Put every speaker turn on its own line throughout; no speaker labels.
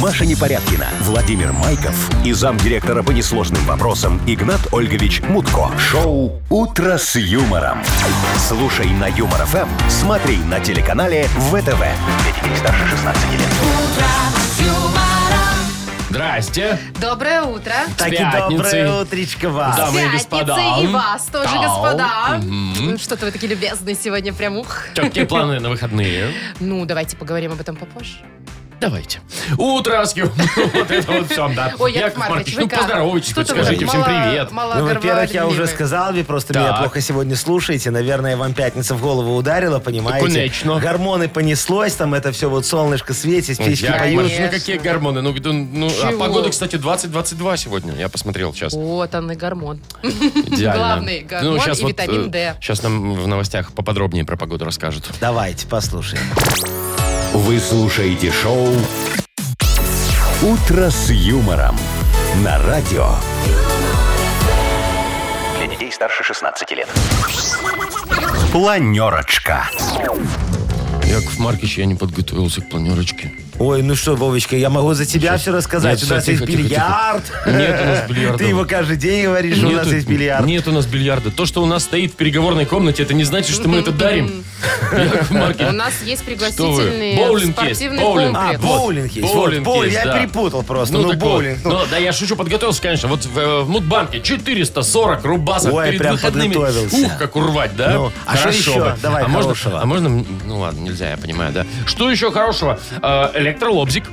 Маша Непорядкина, Владимир Майков и замдиректора по несложным вопросам Игнат Ольгович Мутко. Шоу «Утро с юмором». Слушай на Юмор ФМ, смотри на телеканале ВТВ. Для детей старше 16 лет.
Здрасте.
Доброе утро.
Так и
пятницей.
доброе утречко вам.
Да. дамы А и
Пятницы
господа.
и вас тоже,
Тау.
господа. Ну, Что-то вы такие любезные сегодня, прям ух.
Какие планы на выходные?
Ну, давайте поговорим об этом попозже.
Давайте. Утро с юмором. Вот это вот все, да.
Ой, Яков Маркович, вы
ну
как?
поздоровайтесь,
Что-то
хоть
вы так
скажите всем
мало-
привет.
мало
Ну, во-первых, я
говорливый.
уже сказал, вы просто
Так.
меня плохо сегодня слушаете. Наверное, вам пятница в голову ударила, понимаете?
конечно.
Гормоны понеслось, там это все вот солнышко светит,
Ой,
птички
Яков
поют.
Маркович, ну
Конечно.
какие гормоны? Ну, ну, ну, а
Чего?
погода, кстати, 20-22 сегодня. Я посмотрел сейчас.
Вот он и гормон.
Идеально. Ну,
Главный гормон и витамин D.
Сейчас э, нам в новостях поподробнее про погоду расскажут.
Давайте, послушаем.
Вы слушаете шоу «Утро с юмором» на радио. Для детей старше 16 лет. Планерочка.
Яков Маркич, я не подготовился к планерочке.
Ой, ну что, Вовочка, я могу за тебя все рассказать.
Нет,
у нас
всё,
есть
тихо, тихо,
бильярд.
Нет у нас бильярда.
Э, Ты его каждый день говоришь, что у нас
Нету-
есть бильярд.
Нет у нас бильярда. То, что у нас стоит в переговорной комнате, это не значит, что мы это дарим. Яков Маркич,
У нас есть
Что вы?
пригласительный
Боулинг есть,
спортивный
боулинг.
А,
комплекс.
вот,
боулинг есть.
боулинг
вот, боулинг.
есть,
я
да.
перепутал просто. Ну,
так вот.
боулинг. ну.
Ну, да, я шучу, подготовился, конечно. Вот в, э, в Мудбанке 440 рубасов
Ой,
перед
прям
выходными.
подготовился.
Ух, как урвать, да?
Ну, а
Хорошо
что еще?
бы.
Давай
а можно,
хорошего.
а можно, м, ну ладно, нельзя, я понимаю, да. Что еще хорошего? Э, электролобзик.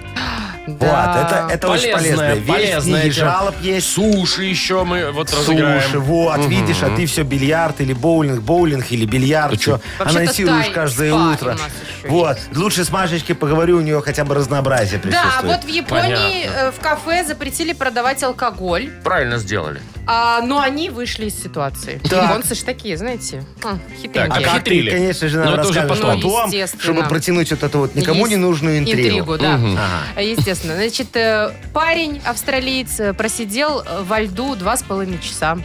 Вот, это, это очень полезная вещь.
полезная
Книги
тема.
жалоб есть.
Суши еще мы вот разыграем.
Слушай, вот, видишь, а ты все бильярд или боулинг, боулинг или бильярд, что
Вообще-то
анонсируешь
тай-
каждое
спа у нас
утро.
еще
Вот, лучше с Машечкой поговорю, у нее хотя бы разнообразие
Да,
присутствует.
вот в Японии
Понятно.
э, в кафе запретили продавать алкоголь,
Правильно сделали.
а, но они вышли из ситуации.
Так.
Японцы же такие, знаете, м, хитренькие.
Так,
А
Нет,
как ты,
хитрили.
конечно же,
Но
нам
это уже
расскажешь
потом.
потом,
Ну, естественно.
чтобы протянуть вот эту вот никому не
Есть
нужную интригу.
Интригу, да.
Мгм.
Естественно. Значит, э, парень австралиец э, просидел э, во льду два с половиной часа.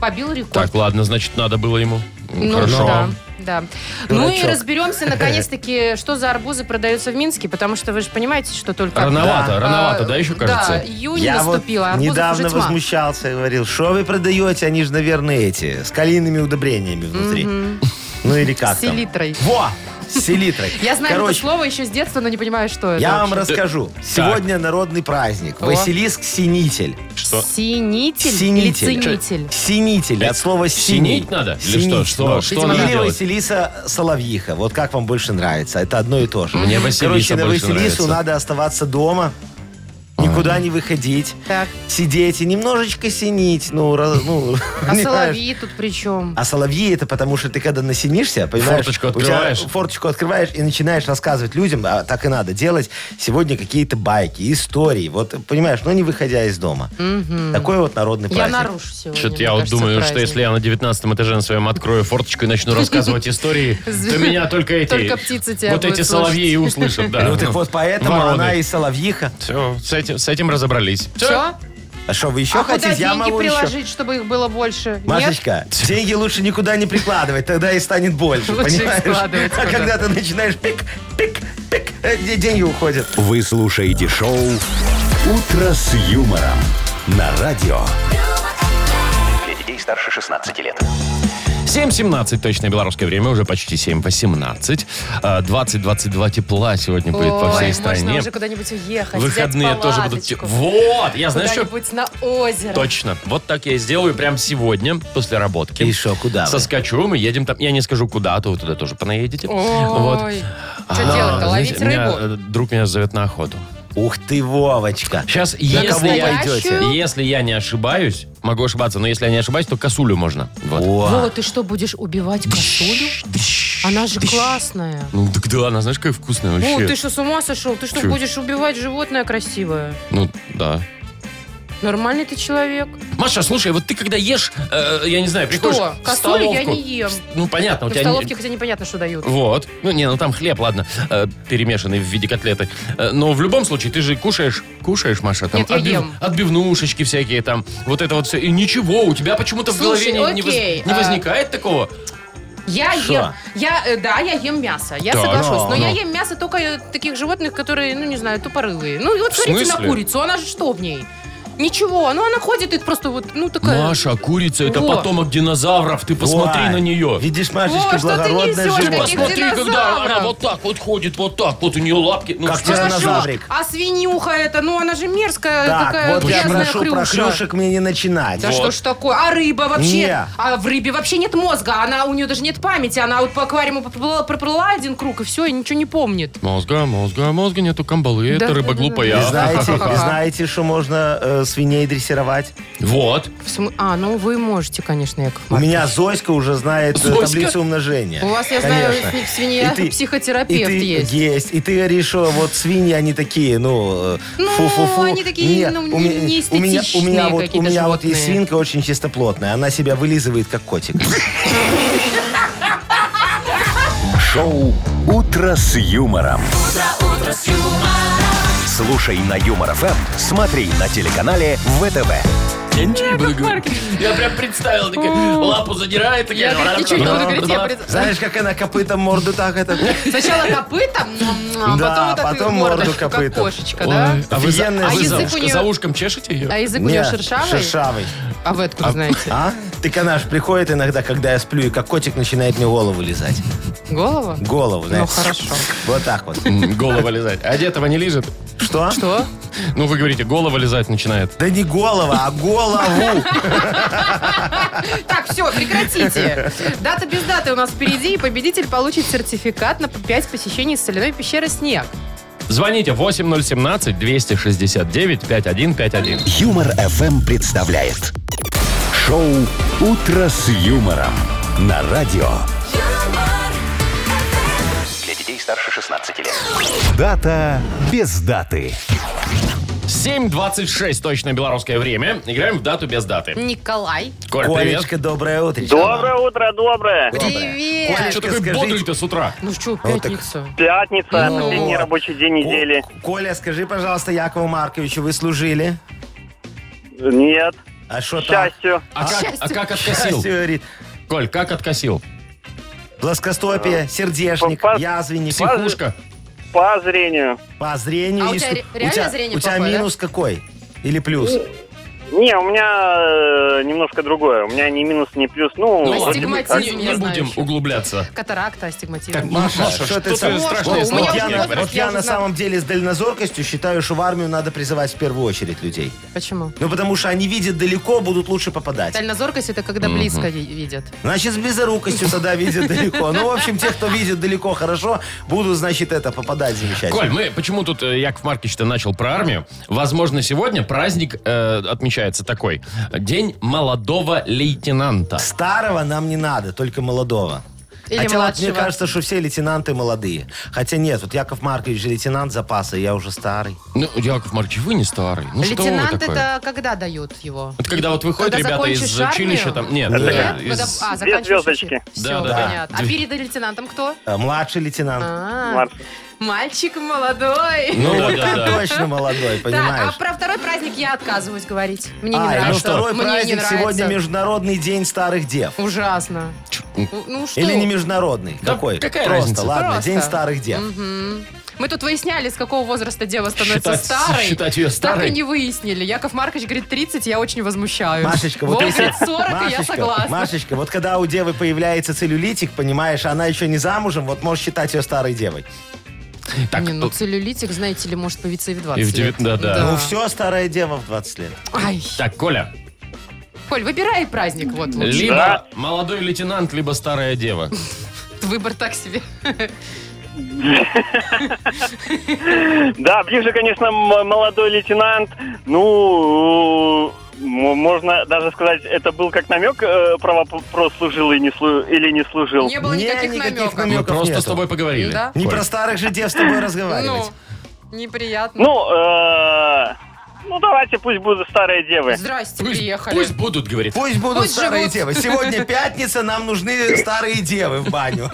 Побил рекорд.
Так, ладно, значит, надо было ему.
Ну,
Хорошо.
да, да. Ну и
Дурачок.
разберемся, наконец-таки, что за арбузы продаются в Минске, потому что вы же понимаете, что только...
Рановато,
А,
рановато, да, еще кажется?
Да, июнь
Я вот
наступила, а арбузов
недавно
уже тьма.
возмущался и говорил, что вы продаете, они же, наверное, эти, с калийными удобрениями внутри. Ну или как
С
там?
селитрой.
Во! С селитрой.
Я знаю это
Короче,
слово еще с детства, но не понимаю, что это.
Я вам
вообще.
расскажу. Сегодня народный праздник.
О.
Василиск-синитель.
Что?
Синитель, или
Синитель.
ценитель?
Синитель. От слова
Синить
синить.
надо? Или что? Что-
ну.
что
Или
надо делать?
Василиса Соловьиха. Вот как вам больше нравится. Это одно и то же.
Мне Василиса
Короче, на
больше
Василису
нравится.
надо оставаться дома. Никуда не выходить.
Так.
Сидеть и немножечко синить. Ну, раз- ну,
А
понимаешь?
соловьи тут при чем?
А соловьи это потому, что ты когда насинишься, понимаешь,
Форточку
у тебя
открываешь.
форточку открываешь и начинаешь рассказывать людям, а так и надо делать, сегодня какие-то байки, истории, вот, понимаешь, но не выходя из дома. Такой вот народный
Я
праздник.
нарушу сегодня.
Что-то
мне
я вот
кажется,
думаю, что
праздник.
если я на 19 этаже на своем открою форточку и начну рассказывать истории, то меня только эти...
Только птицы тебя
Вот
будут
эти соловьи и услышат, да.
Ну, так вот поэтому она и соловьиха.
Все, с этим, с этим разобрались. Всё.
Все?
А что, вы еще
а
хотите?
куда
Я
деньги
могу еще.
приложить, чтобы их было больше?
Машечка, деньги лучше никуда не прикладывать, тогда и станет больше,
Лучше их
понимаешь?
складывать
А
куда-то.
когда ты начинаешь пик, пик, пик, э, де- деньги уходят.
Вы слушаете шоу «Утро с юмором» на радио. Для детей старше 16 лет.
7.17 точное белорусское время, уже почти 7.18. А, 20-22 тепла сегодня будет по всей
Ой, можно
стране.
уже куда-нибудь уехать.
Выходные
взять
тоже будут... те-
палаточку,
Вот, я знаю, что...
Куда-нибудь на озеро.
Точно. Вот так я и сделаю прямо сегодня, после работки.
И шо, куда вы?
Соскочу, мы едем там. Я не скажу, куда, а то вы туда тоже понаедете. Вот.
Ой. Что
А,
делать-то?
знаете,
Ловить
меня,
рыбу?
э, друг меня зовет на охоту.
Ух ты, Вовочка.
Сейчас,
На
если
кого
я,
пойдете?
если я не ошибаюсь, могу ошибаться, но если я не ошибаюсь, то косулю можно. Вот.
О,
Вова, ты что, будешь убивать косулю? Она же классная.
Ну, так да, она, знаешь, какая вкусная
О,
вообще.
ты что, с ума сошел? Ты что,
Чё?
будешь убивать животное красивое?
Ну, да.
Нормальный ты человек.
Маша, слушай, а вот ты когда ешь, э, я не знаю, приходишь
Что?
в
Косулю я
столовку.
не ем.
Ну, понятно, у
в
тебя... не-
столовке хотя непонятно, что дают.
Вот. Ну, не, ну там хлеб, ладно, э, перемешанный в виде котлеты. Э, но в любом случае, ты же кушаешь, кушаешь, Маша, там
Нет, я ем.
отбивнушечки всякие там, вот это вот все. И ничего, у тебя почему-то в голове не-
Слушай,
не, воз-
окей,
не
а-
возникает такого.
Я
Шо?
ем, я, э, да, я ем мясо, я
Так.
соглашусь. Но
Ну,
я
ну.
ем мясо только э, таких животных, которые, ну, не знаю, тупорылые. Ну, и вот
В
смотрите на
смысле?
курицу, она же что в ней? Ничего, ну она ходит и просто вот, ну такая...
Маша, курица это
Во.
потомок динозавров. Ты посмотри
Ой,
на нее.
Видишь, Машечка,
О, что ты
благородная
несешь,
животное.
таких
Посмотри, когда она
динозавров.
вот так вот ходит, вот так, вот у нее лапки. Ну,
Как
что
тебя
за
Хорошо,
динозаврик.
А свинюха это, ну она же мерзкая, такая
Так, вот я
грязная
прошу про
хрюша.
хрюшек мне не начинать.
Да что ж такое? А рыба вообще?
Не.
А в рыбе вообще нет мозга. Она у нее даже нет памяти. Она вот по аквариуму поплыла- проплыла один круг и все, и ничего не помнит.
Мозга, мозга, мозга нету камбалы,
Да,
это рыба
да, да,
глупая.
Вы знаете,
Ха-ха-ха.
вы знаете, что можно э, свиней дрессировать?
Вот.
В смы- А, ну вы можете, конечно, Яков
У
Маркович.
меня Зоська уже знает э,
Зоська?
таблицу умножения.
У вас, я знаю,
Конечно.
сни- свинья
И ты-
психотерапевт
и ты,
есть.
И ты говоришь, что вот свиньи, они такие, ну, э,
Ну,
фу-фу-фу.
они такие,
Не,
ну,
у меня- у меня, у
неэстетичные
меня, вот, у
какие-то
меня вот есть
животные.
свинка очень чистоплотная. Она себя вылизывает, как котик.
Шоу «Утро с юмором». Слушай на Юмор ФМ, смотри на телеканале ВТВ.
Я ничего не буду говорить. Я прям представил, такая, лапу задирает. ну,
Я говорит, ничего не буду говорить, я пред-
Знаешь, как она копытом морду так это...
Сначала копытом, а потом вот
Да,
так
потом
и
морду
мордочку, как
копытом.
кошечка, да?
А вы, за,
Офигенная
а вы за,
жизнь.
ушко-
Язык у
за
неё-
ушком чешете ее?
А язык у
Не,
нее шершавый?
шершавый.
А вы откуда знаете?
А? Так она ж приходит иногда, когда я сплю, и как котик начинает мне голову лизать.
Голова?
Голову, знаешь.
Ну, хорошо.
Вот так вот.
Голова лизать. А этого не лижет?
Что?
Что?
Ну, вы говорите, голова лизать начинает.
Да не голова, а голову.
Так, все, прекратите. Дата без даты у нас впереди, и победитель получит сертификат на 5 посещений соляной пещеры «Снег».
Звоните 8017-269-5151.
Юмор ФМ представляет шоу Утро с юмором на радио. Для детей старше 16 лет. Дата без даты.
7.26, точно белорусское время. Играем в дату без даты.
Николай.
Коль, привет.
Колечка, доброе утро.
Доброе утро, доброе.
Привет.
Коля,
Что
Колечка,
такой
скажите-
бодрый-то с утра?
Ну что,
Ну, так-
пятница.
Пятница,
Ну
последний
вот.
рабочий день недели.
Коля, скажи, пожалуйста, Якову Марковичу, вы служили?
Нет,
А что
к
так?
счастью.
А как, а как
Счастье,
откосил?
говорит.
Коль, как откосил?
Плоскостопие, сердечник,
Э, по-
язвенник,
Психушка.
По зрению.
по зрению.
А у
и
тебя
су-
ре- реально
тебя-
зрение
У тебя
плохое, да?
минус какой? Или плюс?
Не, у меня э, немножко другое. У меня ни минус, ни плюс. Ну,
Ну,
вроде бы
астигматизм.
так.
Не,
я
не
знаю
будем
еще.
углубляться.
Катаракта, астигматизм.
Так, Маша,
Маша,
что
что
ты
ты сам-
страшные
О, у
слова
меня
я,
уже
мне
на,
возраст,
говоришь?
вот я
я уже
на
знаю.
самом деле с дальнозоркостью считаю, что в армию надо призывать в первую очередь людей.
Почему?
Ну, потому что они видят далеко, будут лучше попадать.
Дальнозоркость это когда близко ви- видят.
Значит, с близорукостью тогда видят далеко. Ну, в общем, те, кто видит далеко хорошо, будут, значит, это, попадать
Коль,
замечательно.
мы почему тут э, Яков Маркич-то начал про армию? Возможно, сегодня праздник э, отмечается такой. День молодого лейтенанта.
Старого нам не надо, только молодого.
Или
Хотя вот мне
младшего.
кажется, что все лейтенанты молодые. Хотя нет, вот Яков Маркович же лейтенант запаса, я уже старый.
Ну, Яков Маркич, вы не старый. Ну, что вы
Лейтенант
такое?
это когда дают его?
Вот когда вот выходят
Когда
ребята из
закончишь армию?
училища, там... Нет,
Нет,
э,
Когда-
из-
А,
Две звездочки.
Все,
Да, да,
понятно.
да.
А перед лейтенантом кто?
Э, Младший лейтенант.
А,
Марс.
Мальчик молодой.
Ну,
Ну,
да,
вот
да,
ты
да.
точно молодой,
Так,
понимаешь?
а про второй праздник я отказываюсь говорить. Мне не
А, и
нравится.
ну второй
Мне не
праздник
нравится.
сегодня Международный день старых дев.
Ужасно. Ну что?
Или не международный?
Да
Какой?
какая
Просто,
разница?
ладно,
Просто.
День старых дев.
Мы тут выясняли, с какого возраста дева становится
Считать-
старой.
считать ее старой?
Так и не выяснили. Яков Маркович говорит 30, я очень возмущаюсь.
Машечка,
вот
вот если-
40, и я согласна.
Машечка, вот когда у девы появляется целлюлитик, понимаешь, она еще не замужем, вот можешь считать ее старой девой.
Так,
не, ну целлюлитик, знаете ли, может появиться и в 20
И в
лет.
9, да-да.
Ну все, старая дева в 20 лет.
Ай,
так, Коля,
Коль, выбирай праздник вот лучше.
либо
Да.
молодой лейтенант, либо старая дева.
Ну, Выбор так себе.
Да, ближе, конечно, м- молодой лейтенант. Ну, м- можно даже сказать, это был как намек э, про вопрос, служил и не слу- или не служил.
Не было
Не,
никаких,
никаких
намеков.
намеков.
Мы
Намеков
просто
нету.
с тобой поговорили.
Ну Да.
Не
Коль.
про старых же дев с тобой
Ну,
разговаривать.
неприятно.
Ну, э, Ну, давайте пусть будут старые девы.
Здрасте,
Пусть,
приехали.
пусть будут, говорит.
Пусть будут
Пусть
старые
живут.
девы. Сегодня пятница, нам нужны старые девы в баню.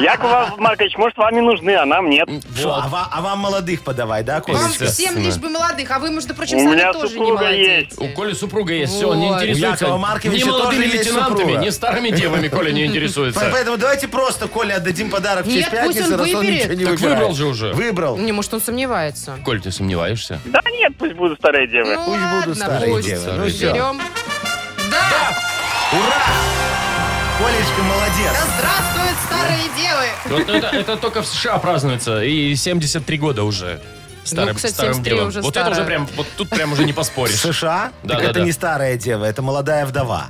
Яков Маркович, может, вам и нужны, а нам нет.
Шо, а, ва- а вам молодых подавай, да, Коля?
Вам
Естественно.
всем лишь бы молодых, а вы, между прочим,
У
сами
меня
тоже не
супруга
молодеете.
У Коли супруга есть, все, он не
Вот.
интересуется
У Якова Марковича
ни молодыми
тоже есть
лейтенантами,
супруга.
ни старыми девами Коля не интересуется.
По- Поэтому давайте просто Коле отдадим подарок в
Нет,
честь
пусть
пятницы,
он
раз он
выберет.
ничего не
Так
выбирает.
выбрал же уже.
Выбрал.
Не, может, он сомневается.
Коль, ты сомневаешься?
Да нет, пусть будут старые девы.
Ну
Пусть
ладно,
будут старые
пусть.
девы. Ну
Старые
всё.
Берем. Да!
Ура! Колечка молодец.
Да здравствуют старые девы!
Вот это, это только в США празднуется, и 73 года уже старым,
Ну, кстати,
старым
73
девам.
уже
вот это
старая.
уже прям, вот тут прям уже не
В
поспоришь.
США?
Да,
так
да,
это
да.
не старая дева, это молодая вдова.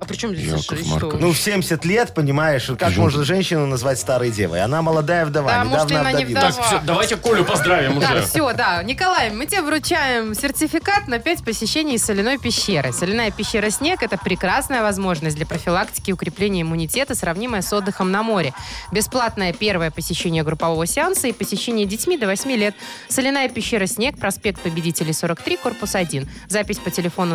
А при чем здесь
Яков
что?
Маркович.
Ну, в 70 лет, понимаешь, как можно женщину назвать старой девой? Она молодая вдова,
Да, может,
недавно
она не
обдавилась.
Так,
вдова.
всё, давайте Колю поздравим
Да,
уже.
все, да. Николай, мы тебе вручаем сертификат на 5 посещений соляной пещеры. Соляная пещера «Снег» — это прекрасная возможность для профилактики и укрепления иммунитета, сравнимая с отдыхом на море. Бесплатное первое посещение группового сеанса и посещение детьми до 8 лет. Соляная пещера «Снег», проспект Победителей, 43, корпус 1. Запись по телефону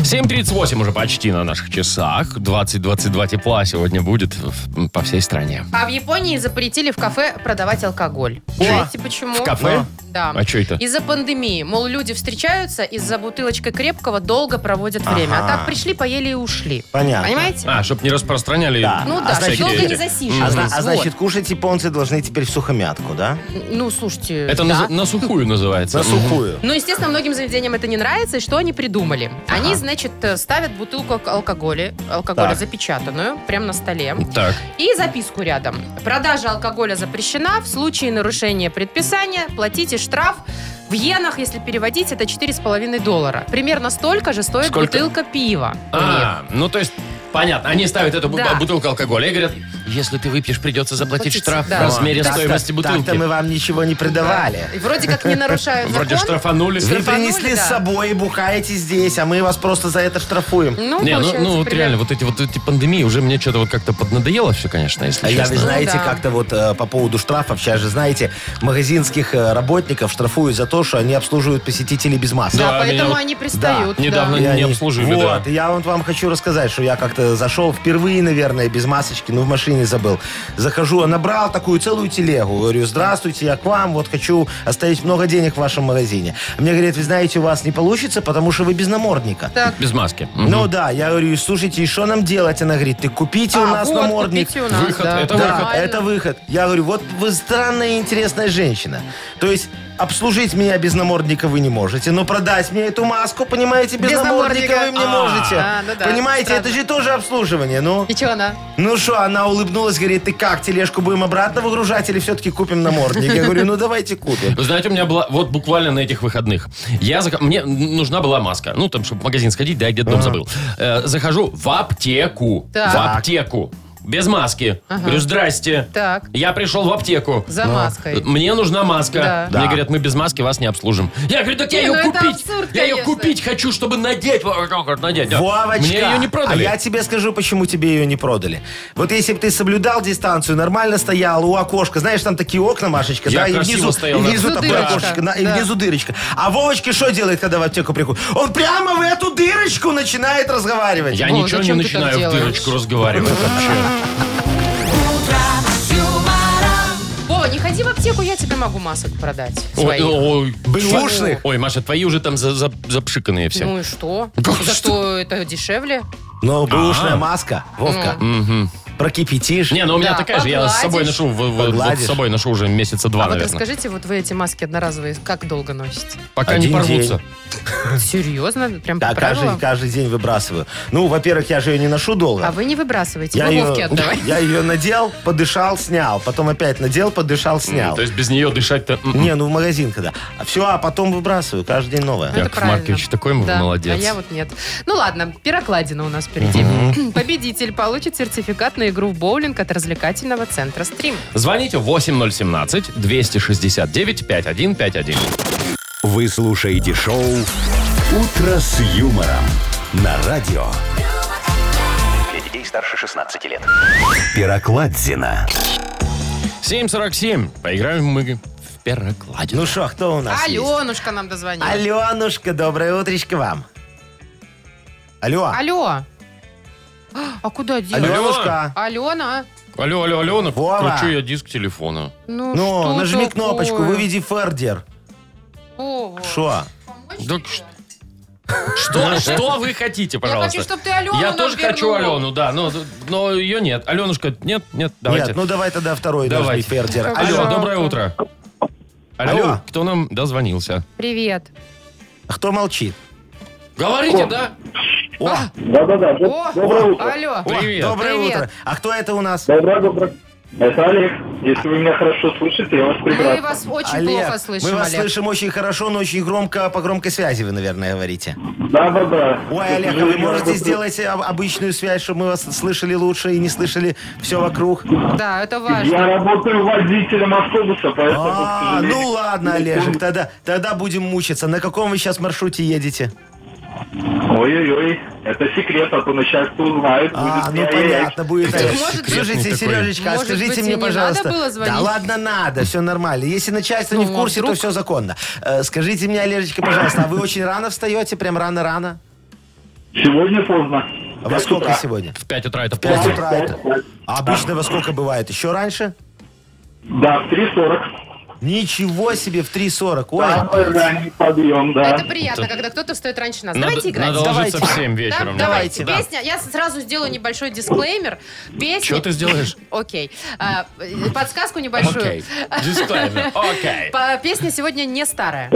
7.38 уже почти на наших часах. 20-22 тепла сегодня будет в- по всей стране.
А в Японии запретили в кафе продавать алкоголь. Знаете почему?
В кафе?
Да.
А чё это?
Из-за пандемии. Мол, люди встречаются, из-за бутылочкой крепкого долго проводят время. А
Ага.
так пришли, поели и ушли.
Понятно.
Понимаете?
А, чтобы не распространяли.
Да.
Ну
а
да,
значит,
долго
эти-
не
А,
засиживались.
зна- а
Вот.
значит, кушать японцы должны теперь в сухомятку, да?
ну, слушайте,
Это
да.
на, на сухую называется.
На
Мгм.
сухую.
Ну, естественно, многим заведениям это не нравится. И что они придумали? Они, значит, э, ставят бутылку алк- алкоголя, алкоголя
Так.
запечатанную, прямо на столе.
Так.
И записку рядом. Продажа алкоголя запрещена. В случае нарушения предписания платите штраф в йенах, если переводить, это 4,5 доллара. Примерно столько же стоит
Сколько?
бутылка пива.
А, ну то есть, понятно, они ставят эту бу-
Да.
бутылку алкоголя и говорят, если ты выпьешь, придется заплатить
Платить,
штраф
да.
в размере
Так-то-
стоимости бутылки.
Так-то мы вам ничего не продавали.
И вроде как не нарушают
Вроде
закон.
штрафанули.
Вы
Штрафанули,
принесли
да.
с собой и бухаете здесь, а мы вас просто за это штрафуем.
Ну,
Не, ну,
получается,
ну вот
примерно.
реально, вот эти вот эти пандемии уже мне что-то вот как-то поднадоело все, конечно, если
А я,
честно.
вы знаете,
Ну да.
как-то вот э, по поводу штрафов, сейчас же, знаете, магазинских э, работников штрафуют за то, что они обслуживают посетителей без масок.
Да,
Да,
поэтому
меня-
они пристают. да.
а, недавно
И
не
они-
обслужили,
Вот,
да.
и я вот вам хочу рассказать, что я как-то зашел впервые, наверное, без масочки, ну, в машине забыл. Захожу, а набрал такую целую телегу. Говорю, здравствуйте, я к вам, вот хочу оставить много денег в вашем магазине. Мне говорят, вы знаете, у вас не получится, потому что вы без намордника.
Так,
Без маски. Мгм.
Ну да, я говорю, слушайте, и что нам делать? Она говорит, ты купите
а,
у нас
вот,
намордник.
купите у нас,
Выход,
да.
это
да,
выход.
это выход. Я говорю, вот вы странная и интересная женщина. То есть обслужить меня без намордника вы не можете, но продать мне эту маску, понимаете, без,
Без
намордника,
намордника.
вы мне
А,
можете.
ну да,
понимаете,
странно.
это же тоже обслуживание. Ну,
И чё она?
ну что, она улыбнулась, говорит, ты как, тележку будем обратно выгружать или все-таки купим намордник? Я говорю, ну давайте купим.
Вы знаете, у меня была вот буквально на этих выходных. Я зах- мне нужна была маска. Ну, там, чтобы в магазин сходить, да, я где-то дом забыл. Э, захожу в аптеку.
Так.
В аптеку. Без маски. Говорю, здрасте.
Так.
Я пришел в аптеку.
За
Ну,
маской.
Э,
э,
Мне нужна маска.
Да.
Мне
Да.
говорят, мы без маски вас не обслужим. Я говорю, так я
Не,
ее
ну это
купить.
абсурд,
я ее
конечно.
купить хочу, чтобы надеть. Вот так вот Надеть. да.
Вовочка,
Мне ее не продали.
А я тебе скажу, почему тебе ее не продали. Вот если бы ты соблюдал дистанцию, нормально стоял у окошка, знаешь, там такие окна, Машечка,
Я
да, и
красиво
внизу,
стоял,
и
да.
внизу
Внизу
такое
дырочка,
окошечко, на- и
да.
внизу дырочка. А Вовочка что делает, когда в аптеку приходит? Он прямо в эту дырочку начинает разговаривать.
Я
Вова,
ничего не
зачем ты так
начинаю в
делаешь?
дырочку разговаривать вообще.
Вова, не ходи в аптеку, я тебе могу масок продать.
Ой,
своих. Ну
ой, ой.
Бэушных?
Ой, Маша, твои уже там за- за- запшиканные все.
Ну и что?
Да
За
что?
что это дешевле?
Но бэушная
А.
маска, Вовка, прокипятишь.
Не, ну у меня
Да,
такая же, я с собой
погладишь.
ношу, в- в- вот
Погладишь.
с собой ношу уже месяца два,
а вот
наверное.
расскажите, вот вы эти маски одноразовые как долго носите?
Пока не
Один
порвутся.
Серьезно? Прям
Э. Да,
по правилам?
каждый, каждый день выбрасываю. Ну, во-первых, я же ее не ношу долго.
А вы не выбрасываете,
я,
головки
ее,
отдавай.
я ее надел, подышал, снял. Потом опять надел, подышал, снял.
То есть без нее дышать-то... м-м.
Не, ну в магазин когда. Все, а потом выбрасываю, каждый день новое.
Ну, это
Яков
правильно.
Маркович, такой мы
Да,
молодец.
А я вот нет. Ну ладно, пирокладина у нас впереди. Победитель получит сертификат на игру в боулинг от развлекательного центра «Стрим».
Звоните 8017-269-5151.
Вы слушаете шоу «Утро с юмором» на радио
Для детей старше 16 лет.
Пирокладзина.
7.47. Поиграем мы в пирокладину.
Ну что, кто у нас есть?
Аленушка нам дозвонила.
Аленушка, доброе утречко вам. Алло.
Алло. А куда делать?
Аленушка.
Алена, а?
Алло, алло, Алена,
Вова.
кручу я диск телефона.
ну,
Ну,
что
нажми
такое?
кнопочку, выведи фердер.
Вова,
Что?
помочь
Так
тебе?
ш- Что, что вы хотите,
Я
пожалуйста?
хочу, чтобы ты Алену
Я
нам
тоже хочу
вернула.
Алену, да, но, но ее нет. Аленушка, нет, нет, давайте.
Нет, ну давай тогда второй
Давайте.
нажми фердер.
Как
Алло,
Пожалуйста.
доброе утро. Алло,
Алло.
кто нам дозвонился?
Привет.
А Кто молчит?
Говорите, да?
О,
Да-да-да.
О,
Доброе утро.
алло.
о,
Привет.
доброе
А, Привет.
утро. А кто это у нас?
Доброе, доброе. Это Олег. Если вы меня хорошо слышите, я вас
Мы
прекрасно.
вас очень
Олег,
плохо слышим,
Мы вас
Олег.
слышим очень хорошо, но очень громко по громкой связи вы, наверное, говорите.
Да-да-да.
Ой, Олег, а вы можете сделать об- обычную связь, чтобы мы вас слышали лучше и не слышали все вокруг?
Да, это
Я
важно.
работаю водителем автобуса, поэтому, к
А,
сожалению,
ну ладно, Олежек, тогда, тогда будем мучиться. На каком вы сейчас маршруте едете?
Ой-ой-ой, это секрет, а то начальство узнает.
А,
будет
ну
ай-яй-яй.
понятно, будет.
Так,
Олег.
может быть,
Слушайте,
секретный
Сережечка, а
Может
скажите
быть, и
мне,
не
пожалуйста.
надо было
Да
звонить?
ладно, надо, все нормально. Если начальство не
Ну,
в курсе,
вдруг?
то все законно. Э, Скажите мне, Олежечка, пожалуйста, а вы очень рано встаете, прям рано-рано?
Сегодня поздно.
А во сколько сегодня?
В 5 утра это
В 5
поздно.
утра это. А обычно во сколько бывает? Еще раньше?
Да, в 3.40.
Ничего себе, в 3.40. Ой,
Самый ранний подъем, да.
Это приятно, когда кто-то встает раньше нас.
Надо,
Давайте играть.
надо ложиться в
Давайте.
7
Да,
вечером.
давайте.
Да.
Песня. Я сразу сделаю небольшой дисклеймер. Песня.
Чё ты сделаешь?
Окей. А, э, Подсказку небольшую.
Окей. Дисклеймер. Окей.
По- Песня сегодня не старая.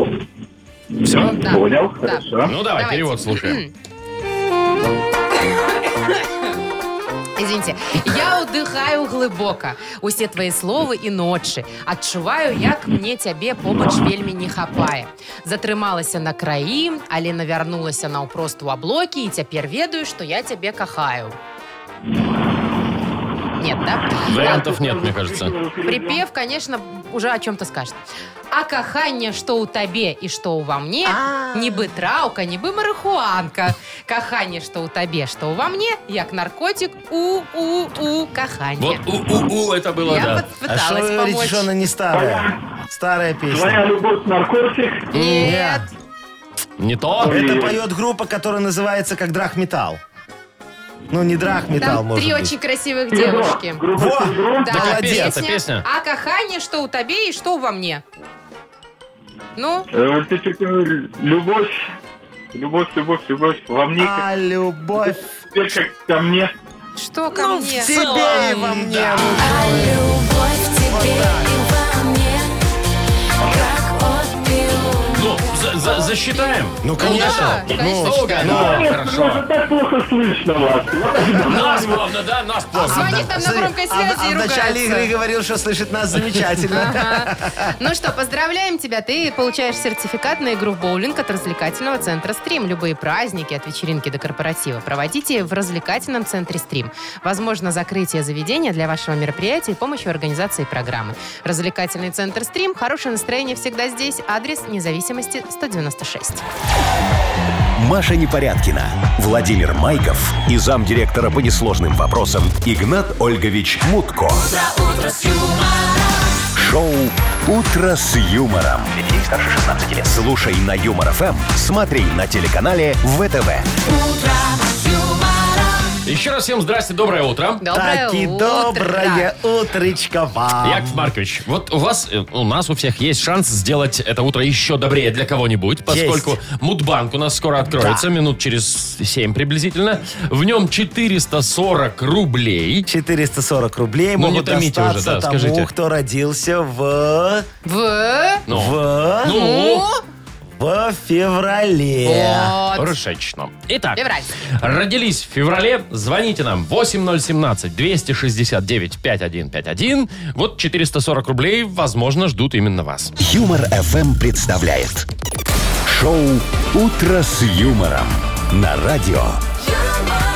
Все?
Да.
Понял,
Да.
хорошо.
Ну давай,
Давайте.
перевод слушаем.
Извините. Я отдыхаю глибоко. Усе твої слови і ночі. Отчуваю, як мне тебе помоч вельми не хапає. Затрималася на краї, але навернулася на упросту облоки і тепер ведаю, що я тебе кахаю. Нет, да?
Вариантов нет, мне кажется.
Припев, конечно, уже о чем-то скажет. А каханне, что у тебе и что у во мне,
А.
не бы траука, не бы марихуанка. Каханне, что у тебе, что у во мне, як наркотик, у-у-у,
Вот
каханне.
у-у-у это было,
Я
да.
под-
а что
пыталась
вы говорите,
помочь.
что она не старая? Старая
Твоя
песня.
любовь наркотик.
Нет.
Не то.
Это
Ой.
поет группа, которая называется как Драхметал. Ну, не Драхметал,
Там
может
три
быть.
очень красивых девушки.
Группа
Во!
«Синдром».
Да,
Так, а
молодец.
песня-то, песня.
А каханне, что у тебе и что у во мне. Ну,
Э, вот эти, э, Любовь. Любовь, любовь, любовь. Во мне, как
А любовь
теперь, как ко мне.
что ко
ну, в
мне?
тебе и во мне.
А любовь тебе и во мне, как отпил.
Ну, за- за- засчитаем.
Ну,
да,
конечно.
конечно,
Ну,
Долго, ну, хорошо.
Даже так плохо слышно вас.
Нас главное, да, нас плохо.
Звонит там на
смотри,
громкой связи
а,
и
а в начале
ругается.
игры говорил, что слышит нас замечательно.
Ага. Ну что, поздравляем тебя. Ты получаешь сертификат на игру в боулинг от развлекательного центра «Стрим». Любые праздники от вечеринки до корпоратива проводите в развлекательном центре «Стрим». Возможно, закрытие заведения для вашего мероприятия и помощь в организации программы. Развлекательный центр «Стрим». Хорошее настроение всегда здесь. Адрес независимости 196.
Маша Непорядкина, Владимир Майков и замдиректора по несложным вопросам Игнат Ольгович Мутко. Шоу Утро с юмором.
Для детей старше 16 лет.
Слушай на юмор ФМ, смотри на телеканале ВТВ.
Еще раз всем здрасте, доброе утро.
Доброе
Так и
утро.
доброе утречко вам.
Яков Маркович, вот у вас, э, у нас у всех есть шанс сделать это утро еще добрее для кого-нибудь, поскольку Мудбанк у нас скоро откроется, минут через 7 приблизительно. В нем 440 рублей.
440 рублей
Ну, не
могут
томите уже, да,
достаться тому,
скажите.
кто родился в...
В...
Ну,
в...
ну,
в феврале.
Вот.
решечно. Итак,
Февраль.
родились в феврале, звоните нам 8017-269-5151. Вот 440 рублей, возможно, ждут именно вас.
Юмор ФМ представляет шоу Утро с юмором на радио.
Юмор,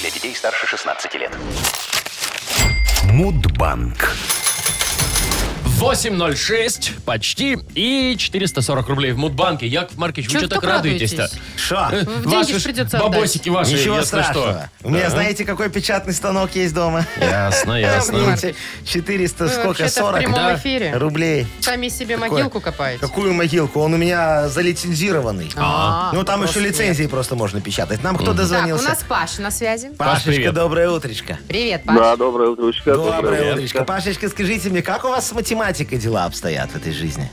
Для детей старше 16 лет.
Мудбанк.
8.06 почти и 440 рублей в Мудбанке. Яков Маркович, вы
Чё
что
вы
так
так
радуетесь-то?
радуетесь?
Шо?
Э,
В
ваши
деньги ж
ж
придется отдать.
Бабосики ваши,
Ничего
если
страшного.
что.
У меня,
Да.
знаете, какой печатный станок есть дома?
Ясно, ясно.
Помните, 400,
Вы
Э, сколько,
вообще-то в
40
прямом
да.
эфире.
рублей.
Сами себе
Какое?
могилку копаете.
Какую могилку? Он у меня залицензированный.
А,
Ну, там еще
просто нет.
лицензии просто можно печатать. Нам кто
Так, у
дозвонился?
нас Паша на связи.
Пашечка,
привет.
доброе утречко.
Привет,
Да,
Паш.
доброе утречко.
Доброе утречко. Пашечка, скажите мне, как у вас с математикой дела обстоят в этой жизни?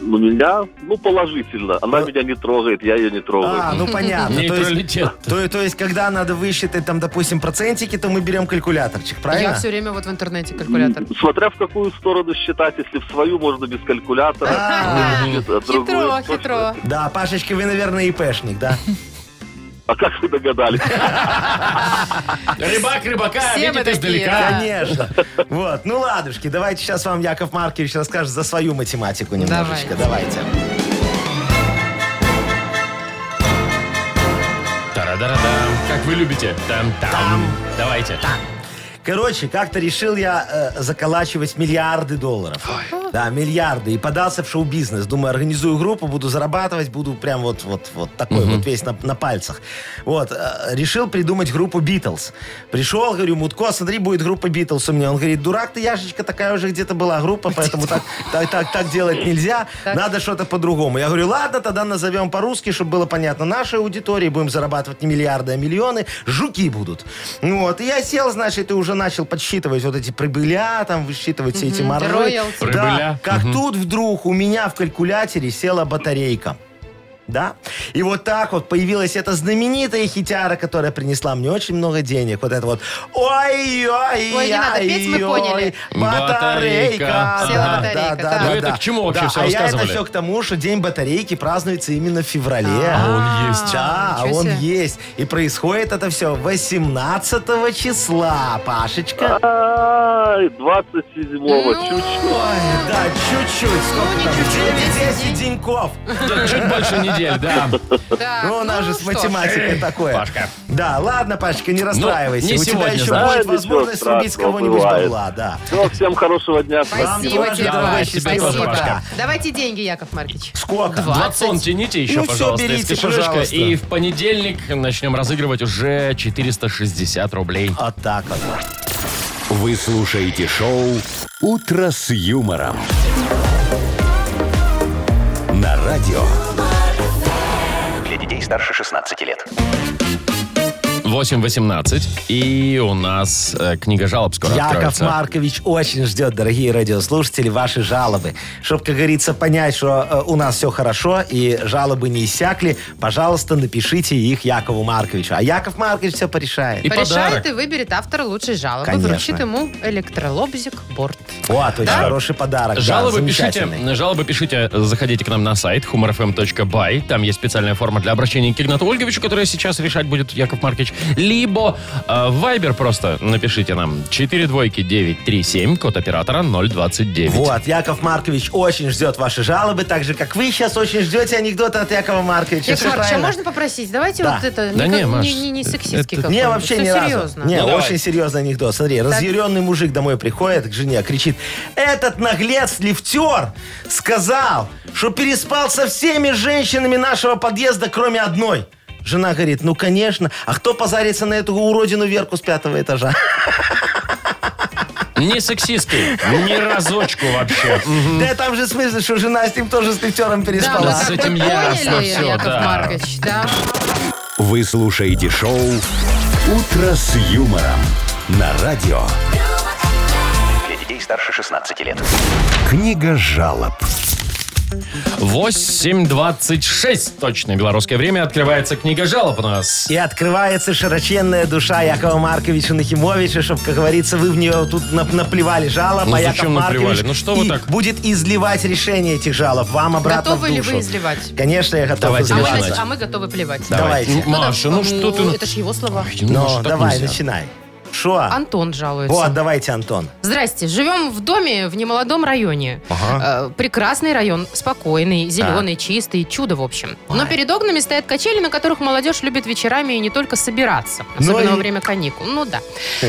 У меня, ну, положительно. Она меня не трогает, я ее не трогаю.
А, ну понятно. То есть,
Нейтралитет.
то, то есть, когда надо высчитать, там, допустим, процентики, то мы берем калькуляторчик, правильно?
Я все время вот в интернете калькулятор.
Смотря в какую сторону считать, если в свою, можно без калькулятора.
А,
Если в другую,
Хитро,
точно.
хитро.
Да, Пашечка, вы, наверное, ИПшник, да?
А как вы догадались?
Рыбак рыбака
Все мы
видит
такие,
издалека.
да.
Конечно. Вот, ну ладушки, давайте сейчас вам Яков Маркович расскажет за свою математику немножечко. Давайте.
Тарадарадам. Как вы любите. Там-там. Давайте.
Короче, как-то решил я э, заколачивать миллиарды долларов. Да, миллиарды. И подался в шоу-бизнес. Думаю, организую группу, буду зарабатывать, буду прям вот, вот, вот такой вот весь на, на пальцах. Вот. э, решил придумать группу Битлз. Пришел, говорю, Мутко, смотри, будет группа Битлз у меня. Он говорит, дурак ты, Яшечка, такая уже где-то была группа, поэтому так, так, так, так делать нельзя. Надо что-то по-другому. Я говорю, ладно, тогда назовем по-русски, чтобы было понятно нашей аудитории. Будем зарабатывать не миллиарды, а миллионы. Жуки будут. Ну Вот. И я сел, значит, и уже начал подсчитывать вот эти прибыля, там, высчитывать все эти моржи.
роялти.
Да.
Прибыля.
Как тут вдруг у меня в калькуляторе села батарейка. Да? И вот так вот появилась эта знаменитая хитяра, которая принесла мне очень много денег. Вот это вот ой ой
Ой, не надо петь, мы поняли.
Батарейка.
Села
Да,
батарейка, так.
да, да,
Вы Ну, это
да.
к чему вообще
Да,
всё
А я это
рассказывали?
все к тому, что День батарейки празднуется именно в феврале.
А, он есть.
Да,
Ничего
он
себе.
есть. И происходит это все 18 числа, Пашечка.
Ай, 27-го,
Ну.
чуть-чуть.
Ой, да, чуть-чуть.
не
Сколько там?
чуть-чуть,
9-10 деньков.
Да, Чуть больше недели, да.
Да,
Ну, у нас же с
А, что ж.
математикой такое.
Пашка. Ну,
Да, ладно, Пашечка, не расстраивайся.
не
у тебя
сегодня,
еще
знаешь.
будет
Да,
возможность
ничего
срубить с
страшного,
кого-нибудь
бывает.
бабла, да.
Все, всем хорошего дня.
Спасибо
Вам
тебе,
тоже,
Паш,
товарищи,
тебе тоже,
спасибо.
Пашка.
Давайте деньги, Яков Маркович.
Сколько?
Два.
Два тонн тяните еще,
Ну всё,
пожалуйста, из
берите,
кошелечка.
пожалуйста.
И в понедельник начнем разыгрывать уже 460 рублей.
Вот так вот.
Вы слушаете шоу «Утро с юмором». На радио.
Для детей старше 16 лет.
8.18. И у нас э, книга жалоб скоро
Яков
откроется.
Маркович очень ждет, дорогие радиослушатели, ваши жалобы. Чтобы, как говорится, понять, что э, у нас все хорошо и жалобы не иссякли, пожалуйста, напишите их Якову Марковичу. А Яков Маркович все порешает.
И
Порешает
подарок.
и выберет автор лучшей жалобы.
Конечно.
Вручит ему электролобзик борт.
Вот, очень хороший подарок. да,
Жалобы пишите,
замечательный.
жалобы пишите, э, заходите к нам на сайт humorfm.by. Там есть специальная форма для обращения к Игнату Ольговичу, которая сейчас решать будет Яков Маркович. Либо э, в Viber просто напишите нам 4 двойки 937, код оператора 029.
Вот, Яков Маркович очень ждет ваши жалобы, так же, как вы сейчас очень ждете анекдота от Якова Марковича.
Яков
Всё
Маркович, а
правильно?
можно попросить? Давайте
Да.
вот это...
Да
не,
не,
как-
Маш,
не, не, не сексистский
это-
какой-нибудь.
Не, вообще
Всё
ни разу.
серьезно.
Не,
Ну, давай.
очень серьезный анекдот. Смотри, разъяренный мужик домой приходит к жене, кричит, этот наглец лифтер сказал, что переспал со всеми женщинами нашего подъезда, кроме одной. Жена говорит, ну, конечно. А кто позарится на эту уродину Верку с пятого этажа?
Не сексистский, ни разочку вообще.
Да там же смысл, что жена с ним тоже с лифтером
Да,
переспала.
мы
с
как бы
этим ясно
поняли,
всё,
Яков
да.
Маркович, да.
Вы слушаете шоу «Утро с юмором». На радио.
Для детей старше 16 лет.
Книга жалоб.
8.26, точное белорусское время, открывается книга жалоб у нас.
И открывается широченная душа Якова Марковича Нахимовича, чтобы, как говорится, вы в нее тут нап- наплевали жалоб,
Ну,
а Яков
зачем наплевали?
Маркович
Ну, что вы
и
так?
будет изливать решение этих жалоб вам обратно
Готовы
в
ли
душу.
вы изливать?
Конечно, я готов
Давайте
А мы,
изливать.
начинать.
нач- а мы готовы плевать.
Давайте.
Маша, ну
М,
что ты...
Это ж его слова.
Ой, ну,
Ну,
Маша, так
давай,
нельзя.
начинай. Шо?
Антон жалуется.
Вот, давайте, Антон.
Здрасте. Живем в доме в немолодом районе. Э, прекрасный район, спокойный, зеленый, чистый, чудо в общем. Но перед окнами стоят качели, на которых молодежь любит вечерами и не только собираться. Особенно
и- Э.
во время каникул. Ну да.